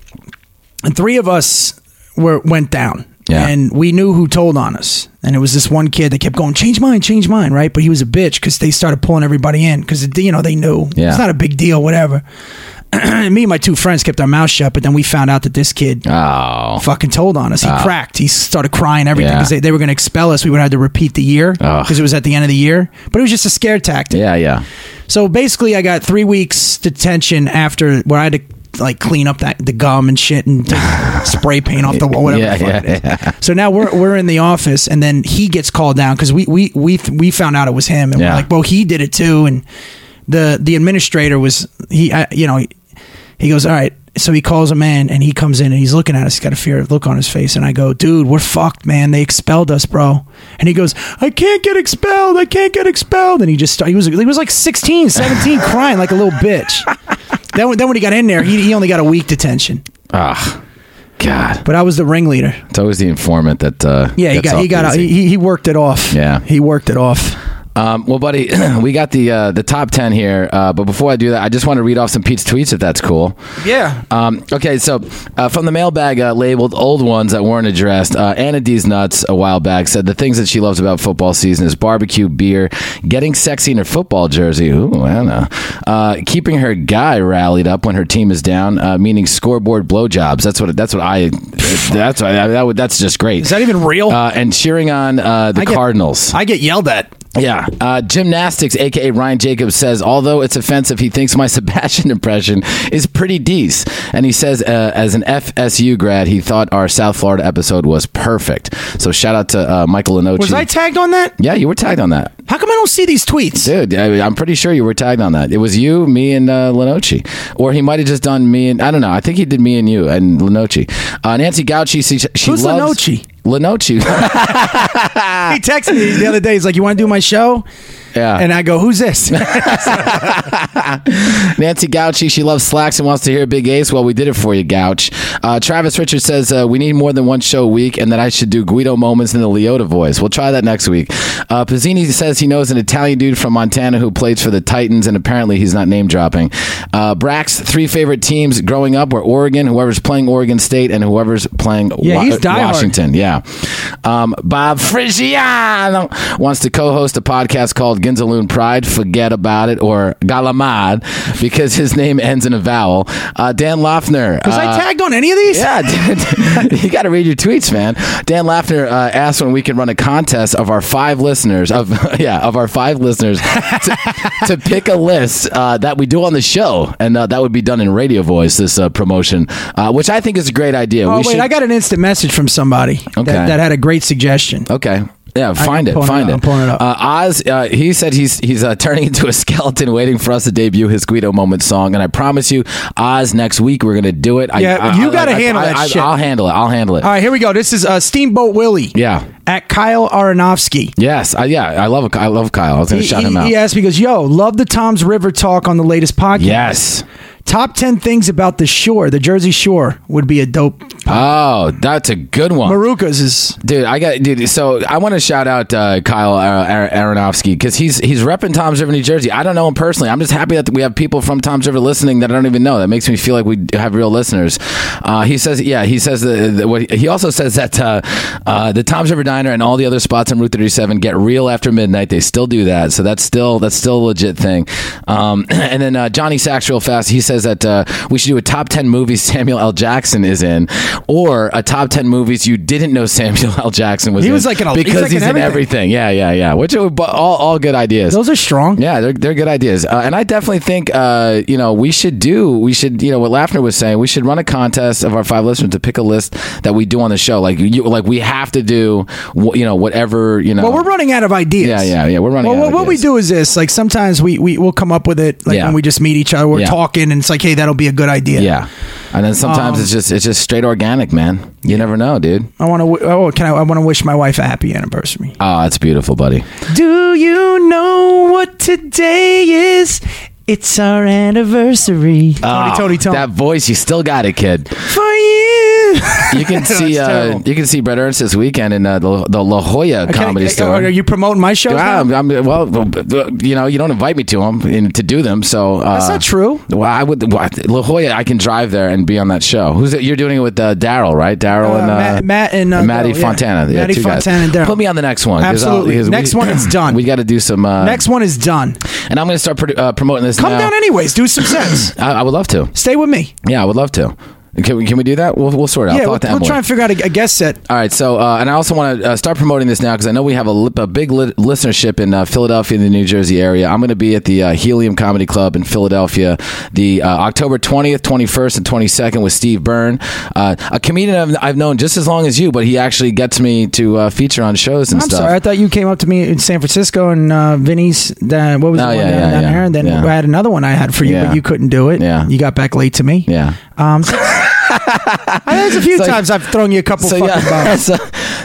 Speaker 3: And three of us were went down.
Speaker 4: Yeah.
Speaker 3: And we knew who told on us. And it was this one kid that kept going, change mine, change mine, right? But he was a bitch because they started pulling everybody in because, you know, they knew.
Speaker 4: Yeah.
Speaker 3: It's not a big deal, whatever. and me and my two friends kept our mouths shut, but then we found out that this kid
Speaker 4: Oh.
Speaker 3: fucking told on us. He cracked. He started crying, everything.
Speaker 4: Yeah.
Speaker 3: Because they, they were going to expel us. We would have to repeat the year
Speaker 4: Ugh.
Speaker 3: because it was at the end of the year. But it was just a scare tactic.
Speaker 4: Yeah. Yeah.
Speaker 3: So basically, I got three weeks detention after where I had to like clean up that the gum and shit and take spray paint off the wall, whatever.
Speaker 4: Yeah,
Speaker 3: the fuck
Speaker 4: yeah,
Speaker 3: it is. So now we're we're in the office, and then he gets called down because we we we we found out it was him, and
Speaker 4: Yeah.
Speaker 3: we're like, well, he did it too, and the the administrator was he, I, you know, he, he goes, all right. So he calls a man and he comes in and he's looking at us. He's got a fear look on his face. And I go, dude, we're fucked, man. They expelled us, bro. And he goes, I can't get expelled. I can't get expelled. And he just, started, he was, he was like 16, 17, crying like a little bitch. Then, when- then when he got in there, he, he only got a week detention.
Speaker 4: Ah. God.
Speaker 3: But I was the ringleader.
Speaker 4: It's always the informant that. Uh,
Speaker 3: Yeah, he
Speaker 4: gets
Speaker 3: got, he
Speaker 4: off
Speaker 3: got,
Speaker 4: easy.
Speaker 3: he, he worked it off.
Speaker 4: Yeah.
Speaker 3: He worked it off.
Speaker 4: Um, well, buddy, we got the uh, the top ten here, uh, but before I do that, I just want to read off some Pete's tweets if that's cool.
Speaker 3: Yeah.
Speaker 4: Um, okay, so uh, from the mailbag uh, labeled old ones that weren't addressed, uh, Anna D's Nuts a while back said the things that she loves about football season is barbecue, beer, getting sexy in her football jersey, ooh, Anna, uh, keeping her guy rallied up when her team is down, uh, meaning scoreboard blowjobs. That's what that's what I that's what I, that would, that's just great.
Speaker 3: Is that even real?
Speaker 4: uh, and cheering on uh, the
Speaker 3: get-
Speaker 4: Cardinals.
Speaker 3: I get yelled at.
Speaker 4: Yeah. Uh, gymnastics, aka Ryan Jacobs, says, although it's offensive, he thinks my Sebastian impression is pretty decent. And he says, uh, as an FSU grad, he thought our South Florida episode was perfect. So shout out to uh, Michael Lenoci.
Speaker 3: Was I tagged on that?
Speaker 4: yeah, you were tagged on that.
Speaker 3: How come I don't see these tweets?
Speaker 4: Dude, I, I'm pretty sure you were tagged on that. It was you, me, and uh, Lenoci. Or he might have just done me and, I don't know. I think he did me and you and Lenoci. Uh, Nancy Gauci, she, she
Speaker 3: Who's
Speaker 4: loves.
Speaker 3: Lenoci?
Speaker 4: Lenoci.
Speaker 3: He texted me the other day. He's like, "You want to do my show?"
Speaker 4: yeah.
Speaker 3: And I go, "Who's this?"
Speaker 4: Nancy Gouchy, she loves slacks and wants to hear Big Ace. Well, we did it for you, Gouch. Uh, Travis Richards says uh, we need more than one show a week, and that I should do Guido moments in the Leota voice. We'll try that next week. Uh, Pizzini says he knows an Italian dude from Montana who plays for the Titans, and apparently he's not name dropping. Uh, Brack's three favorite teams growing up were Oregon, whoever's playing Oregon State, and whoever's playing
Speaker 3: Yeah,
Speaker 4: Wa- uh,
Speaker 3: he's diehard.
Speaker 4: Washington. Yeah, um, Bob Frigiano wants to co-host a podcast called Ginzaloon Pride. Forget about it or Galamad because his name ends in a vowel. Uh, Dan Lofner.
Speaker 3: Was I
Speaker 4: uh,
Speaker 3: tagged on any of these?
Speaker 4: yeah, dude. you got to read your tweets, man. Dan Lafner uh, asked when we can run a contest of our five listeners of yeah of our five listeners to, to pick a list uh, that we do on the show, and uh, that would be done in radio voice. This uh, promotion, uh, which I think is a great idea.
Speaker 3: Oh
Speaker 4: we
Speaker 3: wait,
Speaker 4: should,
Speaker 3: I got an instant message from somebody
Speaker 4: Okay.
Speaker 3: that, that had a great suggestion.
Speaker 4: Okay. Yeah, find it.
Speaker 3: pulling it
Speaker 4: Find
Speaker 3: up,
Speaker 4: it.
Speaker 3: I'm pulling it up.
Speaker 4: Uh, Oz, uh, he said he's he's uh, turning into a skeleton, waiting for us to debut his Guido moment song. And I promise you, Oz, next week we're gonna do it. I,
Speaker 3: Yeah,
Speaker 4: I-
Speaker 3: you
Speaker 4: I-
Speaker 3: gotta
Speaker 4: I-
Speaker 3: handle
Speaker 4: I-
Speaker 3: that
Speaker 4: I-
Speaker 3: shit.
Speaker 4: I'll handle it. I'll handle it.
Speaker 3: All right, here we go. This is uh, Steamboat Willie.
Speaker 4: Yeah.
Speaker 3: At Kyle Aronofsky.
Speaker 4: Yes. I, yeah. I love I love Kyle. I was gonna
Speaker 3: He,
Speaker 4: shout him
Speaker 3: he-
Speaker 4: out.
Speaker 3: he asked me, he goes, Yo, love the Tom's River talk on the latest podcast.
Speaker 4: Yes.
Speaker 3: Top 10 things about the shore, the Jersey Shore, would be a dope
Speaker 4: Oh, that's a good one.
Speaker 3: Maruka's is
Speaker 4: Dude, I got dude. So I want to shout out uh, Kyle Ar- Ar- Aronofsky because he's he's repping Tom's River, New Jersey. I don't know him personally. I'm just happy that we have people from Tom's River listening that I don't even know. That makes me feel like we have real listeners. Uh, he says, yeah, he says the, the what he also says that uh, uh, the Tom's River Diner and all the other spots on Route 37 get real after midnight. They still do that, so that's still that's still a legit thing. Um, and then uh, Johnny Sachs, real fast, he says that uh, we should do a top ten movies Samuel L. Jackson is in, or a top ten movies you didn't know Samuel L. Jackson was.
Speaker 3: He
Speaker 4: in
Speaker 3: was like in a- he was
Speaker 4: because
Speaker 3: like
Speaker 4: he's
Speaker 3: in
Speaker 4: in everything. Yeah, yeah, yeah. Which are bu- all all good ideas.
Speaker 3: those are strong.
Speaker 4: yeah, they're, they're good ideas, uh, and I definitely think uh, you know we should do we should you know what Lafner was saying we should run a contest of our five listeners to pick a list that we do on the show like you like we have to do wh- you know whatever you know
Speaker 3: Well, we're running out of ideas.
Speaker 4: yeah yeah yeah we're running
Speaker 3: Well,
Speaker 4: out
Speaker 3: what,
Speaker 4: of
Speaker 3: what we
Speaker 4: ideas.
Speaker 3: do is this: like sometimes we we will come up with it, like
Speaker 4: Yeah.
Speaker 3: when we just meet each other, we're
Speaker 4: Yeah.
Speaker 3: talking, and it's like, hey, that'll be a good idea.
Speaker 4: Yeah. And then
Speaker 3: Um,
Speaker 4: sometimes it's just it's just straight organic, man. You never know, dude.
Speaker 3: I want to. Oh, can I? I want to wish my wife a happy anniversary.
Speaker 4: Oh, that's beautiful, buddy.
Speaker 3: Do you know what today is? It's our anniversary. Tony,
Speaker 4: Oh,
Speaker 3: Tony, Tony.
Speaker 4: That voice, you still got it, kid.
Speaker 3: for you.
Speaker 4: You can see uh,
Speaker 3: terrible.
Speaker 4: you can see Brett Ernst this weekend in uh, the, the La Jolla Comedy
Speaker 3: Can I- oh,
Speaker 4: Store.
Speaker 3: Are you promoting my show?
Speaker 4: Ah, I'm, I'm- well, you know, you don't invite me to them and to do them, so uh,
Speaker 3: That's not true.
Speaker 4: Well, I would well, La Jolla. I can drive there and be on that show. Who's it? You're doing it with uh, Daryl, right? Daryl and uh,
Speaker 3: Matt, Matt and uh,
Speaker 4: Matty
Speaker 3: Daryl, yeah.
Speaker 4: Fontana. Yeah,
Speaker 3: Matty
Speaker 4: two guys.
Speaker 3: Fontana and Daryl.
Speaker 4: Put me on the next one. 'cause I'll-
Speaker 3: Absolutely.
Speaker 4: 'cause we-
Speaker 3: Next one, it's done.
Speaker 4: We got to do some uh,
Speaker 3: Next one is done.
Speaker 4: and I'm going to start produ- uh, promoting this.
Speaker 3: Come
Speaker 4: now.
Speaker 3: down anyways. Do some sense.
Speaker 4: I, I would love to.
Speaker 3: Stay with me.
Speaker 4: Yeah, I would love to. Can we, can we do that? We'll, we'll sort it out.
Speaker 3: yeah,
Speaker 4: Talk
Speaker 3: we'll,
Speaker 4: to
Speaker 3: we'll
Speaker 4: Emily.
Speaker 3: try and figure out a, a guest set.
Speaker 4: All right. So, uh, and I also want to uh, start promoting this now because I know we have a, li- a big li- listenership in uh, Philadelphia and the New Jersey area. I'm going to be at the uh, Helium Comedy Club in Philadelphia the uh, October 20th, 21st, and 22nd with Steve Byrne, uh, a comedian I've, I've known just as long as you, but he actually gets me to uh, feature on shows and
Speaker 3: I'm
Speaker 4: stuff.
Speaker 3: sorry. I thought you came up to me in San Francisco and uh, Vinny's. That, what was
Speaker 4: Oh,
Speaker 3: the one
Speaker 4: yeah,
Speaker 3: down,
Speaker 4: yeah,
Speaker 3: down
Speaker 4: yeah.
Speaker 3: there? And then
Speaker 4: Yeah.
Speaker 3: I had another one I had for you,
Speaker 4: Yeah.
Speaker 3: but you couldn't do it.
Speaker 4: Yeah.
Speaker 3: You got back late to me.
Speaker 4: Yeah.
Speaker 3: Um, so- I- there's a few
Speaker 4: So-
Speaker 3: times I've thrown you a couple
Speaker 4: so
Speaker 3: fucking
Speaker 4: yeah,
Speaker 3: bones.
Speaker 4: so,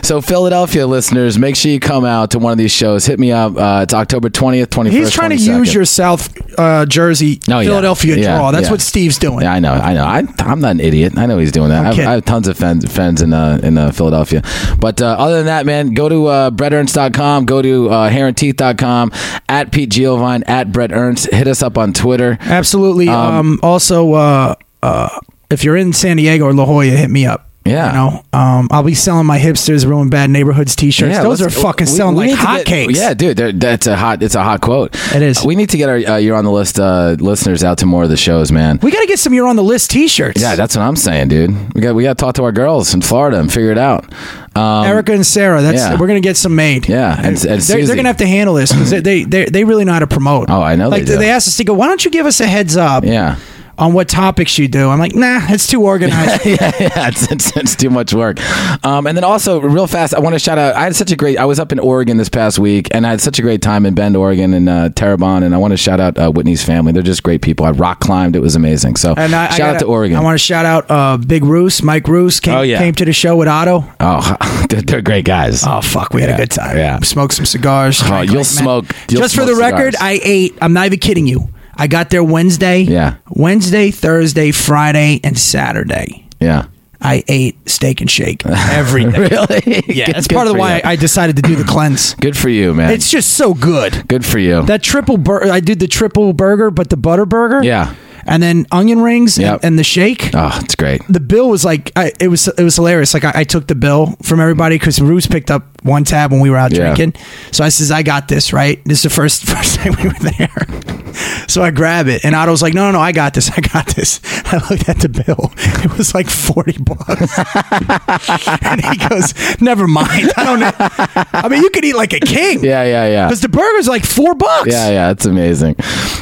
Speaker 4: so Philadelphia listeners, make sure you come out to one of these shows. Hit me up. Uh, it's October twentieth, twenty first.
Speaker 3: He's trying to use your South uh, Jersey
Speaker 4: Oh, yeah.
Speaker 3: Philadelphia
Speaker 4: Yeah,
Speaker 3: draw. That's
Speaker 4: yeah.
Speaker 3: what Steve's doing.
Speaker 4: Yeah, I know, I know. I, I'm not an idiot. I know he's doing that. I have,
Speaker 3: kidding.
Speaker 4: I have tons of fans, fans in uh, in uh, Philadelphia. But uh, other than that, man, go to uh, BrettErnst.com, go to uh, HairandTeeth.com, at Pete Giovine, at Brett Ernst. Hit us up on Twitter.
Speaker 3: Absolutely. Um, also, uh, uh, if you're in San Diego or La Jolla, hit me up.
Speaker 4: Yeah.
Speaker 3: You know, um, I'll be selling my hipsters ruin bad neighborhoods t-shirts. Those are
Speaker 4: let's-
Speaker 3: fucking
Speaker 4: we-
Speaker 3: selling
Speaker 4: we
Speaker 3: like
Speaker 4: need to get-
Speaker 3: hotcakes.
Speaker 4: Yeah, dude, they're- that's a hot. It's a hot quote.
Speaker 3: It is.
Speaker 4: We need to get our uh, you're on the list uh, listeners out to more of the shows, man.
Speaker 3: We got to get some you're on the list t-shirts.
Speaker 4: Yeah, that's what I'm saying, dude. We got we got to talk to our girls in Florida and figure it out. Um,
Speaker 3: Erica and Sarah, that's
Speaker 4: yeah.
Speaker 3: we're gonna get some made.
Speaker 4: Yeah, and- and
Speaker 3: they're,
Speaker 4: Susie.
Speaker 3: they're gonna have to handle this because they, they they they really know how to promote.
Speaker 4: Oh, I know they
Speaker 3: Like
Speaker 4: do.
Speaker 3: they asked us to go. Why don't you give us a heads up?
Speaker 4: yeah.
Speaker 3: On what topics you do? I'm like, nah, it's too organized.
Speaker 4: yeah, yeah, it's, it's, it's too much work. Um, and then also, real fast, I want to shout out. I had such a great. I was up in Oregon this past week, and I had such a great time in Bend, Oregon, and uh, Terrebonne. And I want to shout out uh, Whitney's family. They're just great people. I rock climbed. It was amazing. So
Speaker 3: And I, I
Speaker 4: shout out
Speaker 3: gotta-
Speaker 4: to Oregon.
Speaker 3: I want to shout out uh, Big Roos, Mike Roos came,
Speaker 4: Oh, yeah.
Speaker 3: came to the show with Otto.
Speaker 4: oh, they're, they're great guys.
Speaker 3: Oh fuck, we had a good time.
Speaker 4: yeah. Oh,
Speaker 3: smoked some cigars. drank
Speaker 4: you'll
Speaker 3: like mad-
Speaker 4: smoke- you'll
Speaker 3: Just for
Speaker 4: smoke
Speaker 3: the record, I
Speaker 4: cigars.
Speaker 3: ate. I'm not even kidding you. I got there Wednesday.
Speaker 4: Yeah.
Speaker 3: Wednesday, Thursday, Friday, and Saturday.
Speaker 4: Yeah.
Speaker 3: I ate steak and shake every day.
Speaker 4: Really?
Speaker 3: Yeah,
Speaker 4: Good-
Speaker 3: that's
Speaker 4: good
Speaker 3: part of
Speaker 4: for
Speaker 3: why
Speaker 4: you.
Speaker 3: I decided to do the cleanse.
Speaker 4: Good for you, man.
Speaker 3: It's just so good.
Speaker 4: good for you.
Speaker 3: That triple burger, I did the triple burger, but the butter burger.
Speaker 4: Yeah.
Speaker 3: And then onion rings and-
Speaker 4: Yep.
Speaker 3: and, the shake.
Speaker 4: oh, it's great.
Speaker 3: the bill was like I, it was it was hilarious. Like I, I took the bill from everybody because Roos picked up one tab when we were out
Speaker 4: Yeah.
Speaker 3: drinking. So I says I got this right. This is the first first time we were there. So I grab it and Otto's like, no, no, no, I got this, I got this. I looked at the bill; it was like forty bucks. and he goes, never mind. I don't. know. I mean, you could eat like a king.
Speaker 4: Yeah, yeah, yeah.
Speaker 3: Because the burger's like four bucks.
Speaker 4: Yeah, yeah, it's amazing.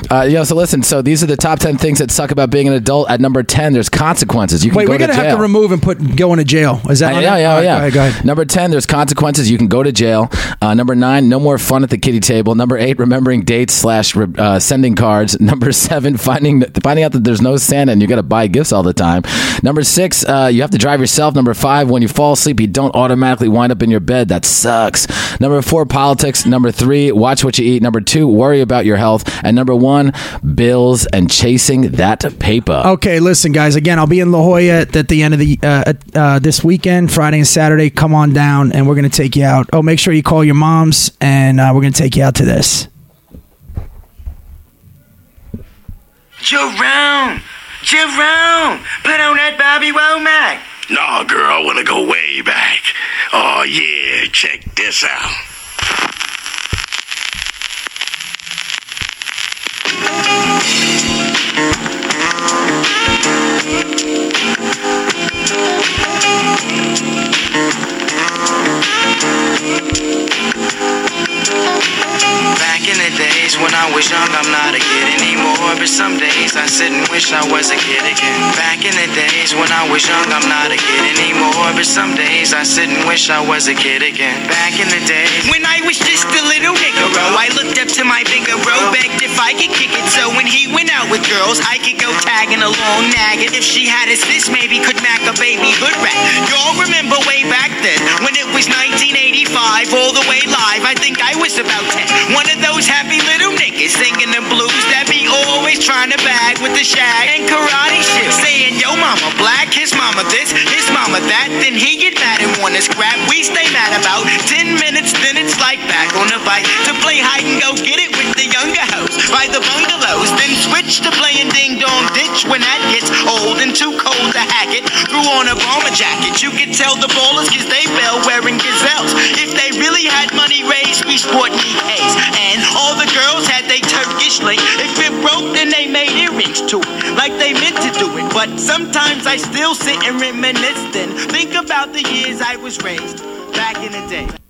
Speaker 4: Uh, yo, so listen, so these are the top 10 things that suck about being an adult. At number 10, there's consequences. You can
Speaker 3: Wait,
Speaker 4: go
Speaker 3: we're
Speaker 4: to
Speaker 3: gonna have
Speaker 4: jail.
Speaker 3: to remove and put going to jail. Is that?
Speaker 4: Uh,
Speaker 3: on
Speaker 4: yeah,
Speaker 3: there?
Speaker 4: yeah,
Speaker 3: All right,
Speaker 4: yeah.
Speaker 3: Go ahead, go ahead.
Speaker 4: Number 10, there's consequences. You can go to jail. Uh, number nine, no more fun at the kitty table. Number eight, remembering dates slash re- uh, sending cards. Number seven, finding finding out that there's no Santa and you got to buy gifts all the time. Number six, uh, you have to drive yourself. Number five, when you fall asleep, you don't automatically wind up in your bed. That sucks. Number four, politics. Number three, watch what you eat. Number two, worry about your health. And number one, on bills and chasing that paper.
Speaker 3: Okay, listen, guys. Again, I'll be in La Jolla at, at the end of the uh, uh, this weekend, Friday and Saturday. Come on down, and we're gonna take you out. Oh, make sure you call your moms, and uh, we're gonna take you out to this.
Speaker 5: Jerome! Jerome! Put on that Bobby Womack!
Speaker 2: Nah, girl, I wanna go way back. Oh yeah, check this out.
Speaker 5: Back in the days when I was young, I'm not a kid anymore. But some days I sit and wish I was a kid again. Back in the days when I was young, I'm not a kid anymore. But some days I sit and wish I was a kid again. Back in the days.
Speaker 6: When I was just a little nigga, bro, I looked up to my bigger bro, begged if I could kick it. So when he went out with girls, I could go tagging along, nagging. If she had his fist, maybe could mack a baby hood rat. Y'all remember way back then, when it was 1985, all the way live. I think I was about 10. One of those happy little niggas singing the blues that be always trying to bag with the shag and karate shit. Saying, yo, mama black, his mama this, his mama that. Then he get mad and wanna scrap. We stay mad about 10 minutes, then it's like back on the bike to play hide and go get it with the younger hoes by the bungalows. Then switch to playing ding dong ditch when that gets old and too cold to hack it. Threw on a bomber jacket. You could tell the ballers cause they bell wearing gazelles. If they really had money raised, we sport EKs. And all the girls had they Turkish link. If it broke, then they made earrings to it. Like they meant to do it. But sometimes I still sit and reminisce and think about the years I was raised back in the day.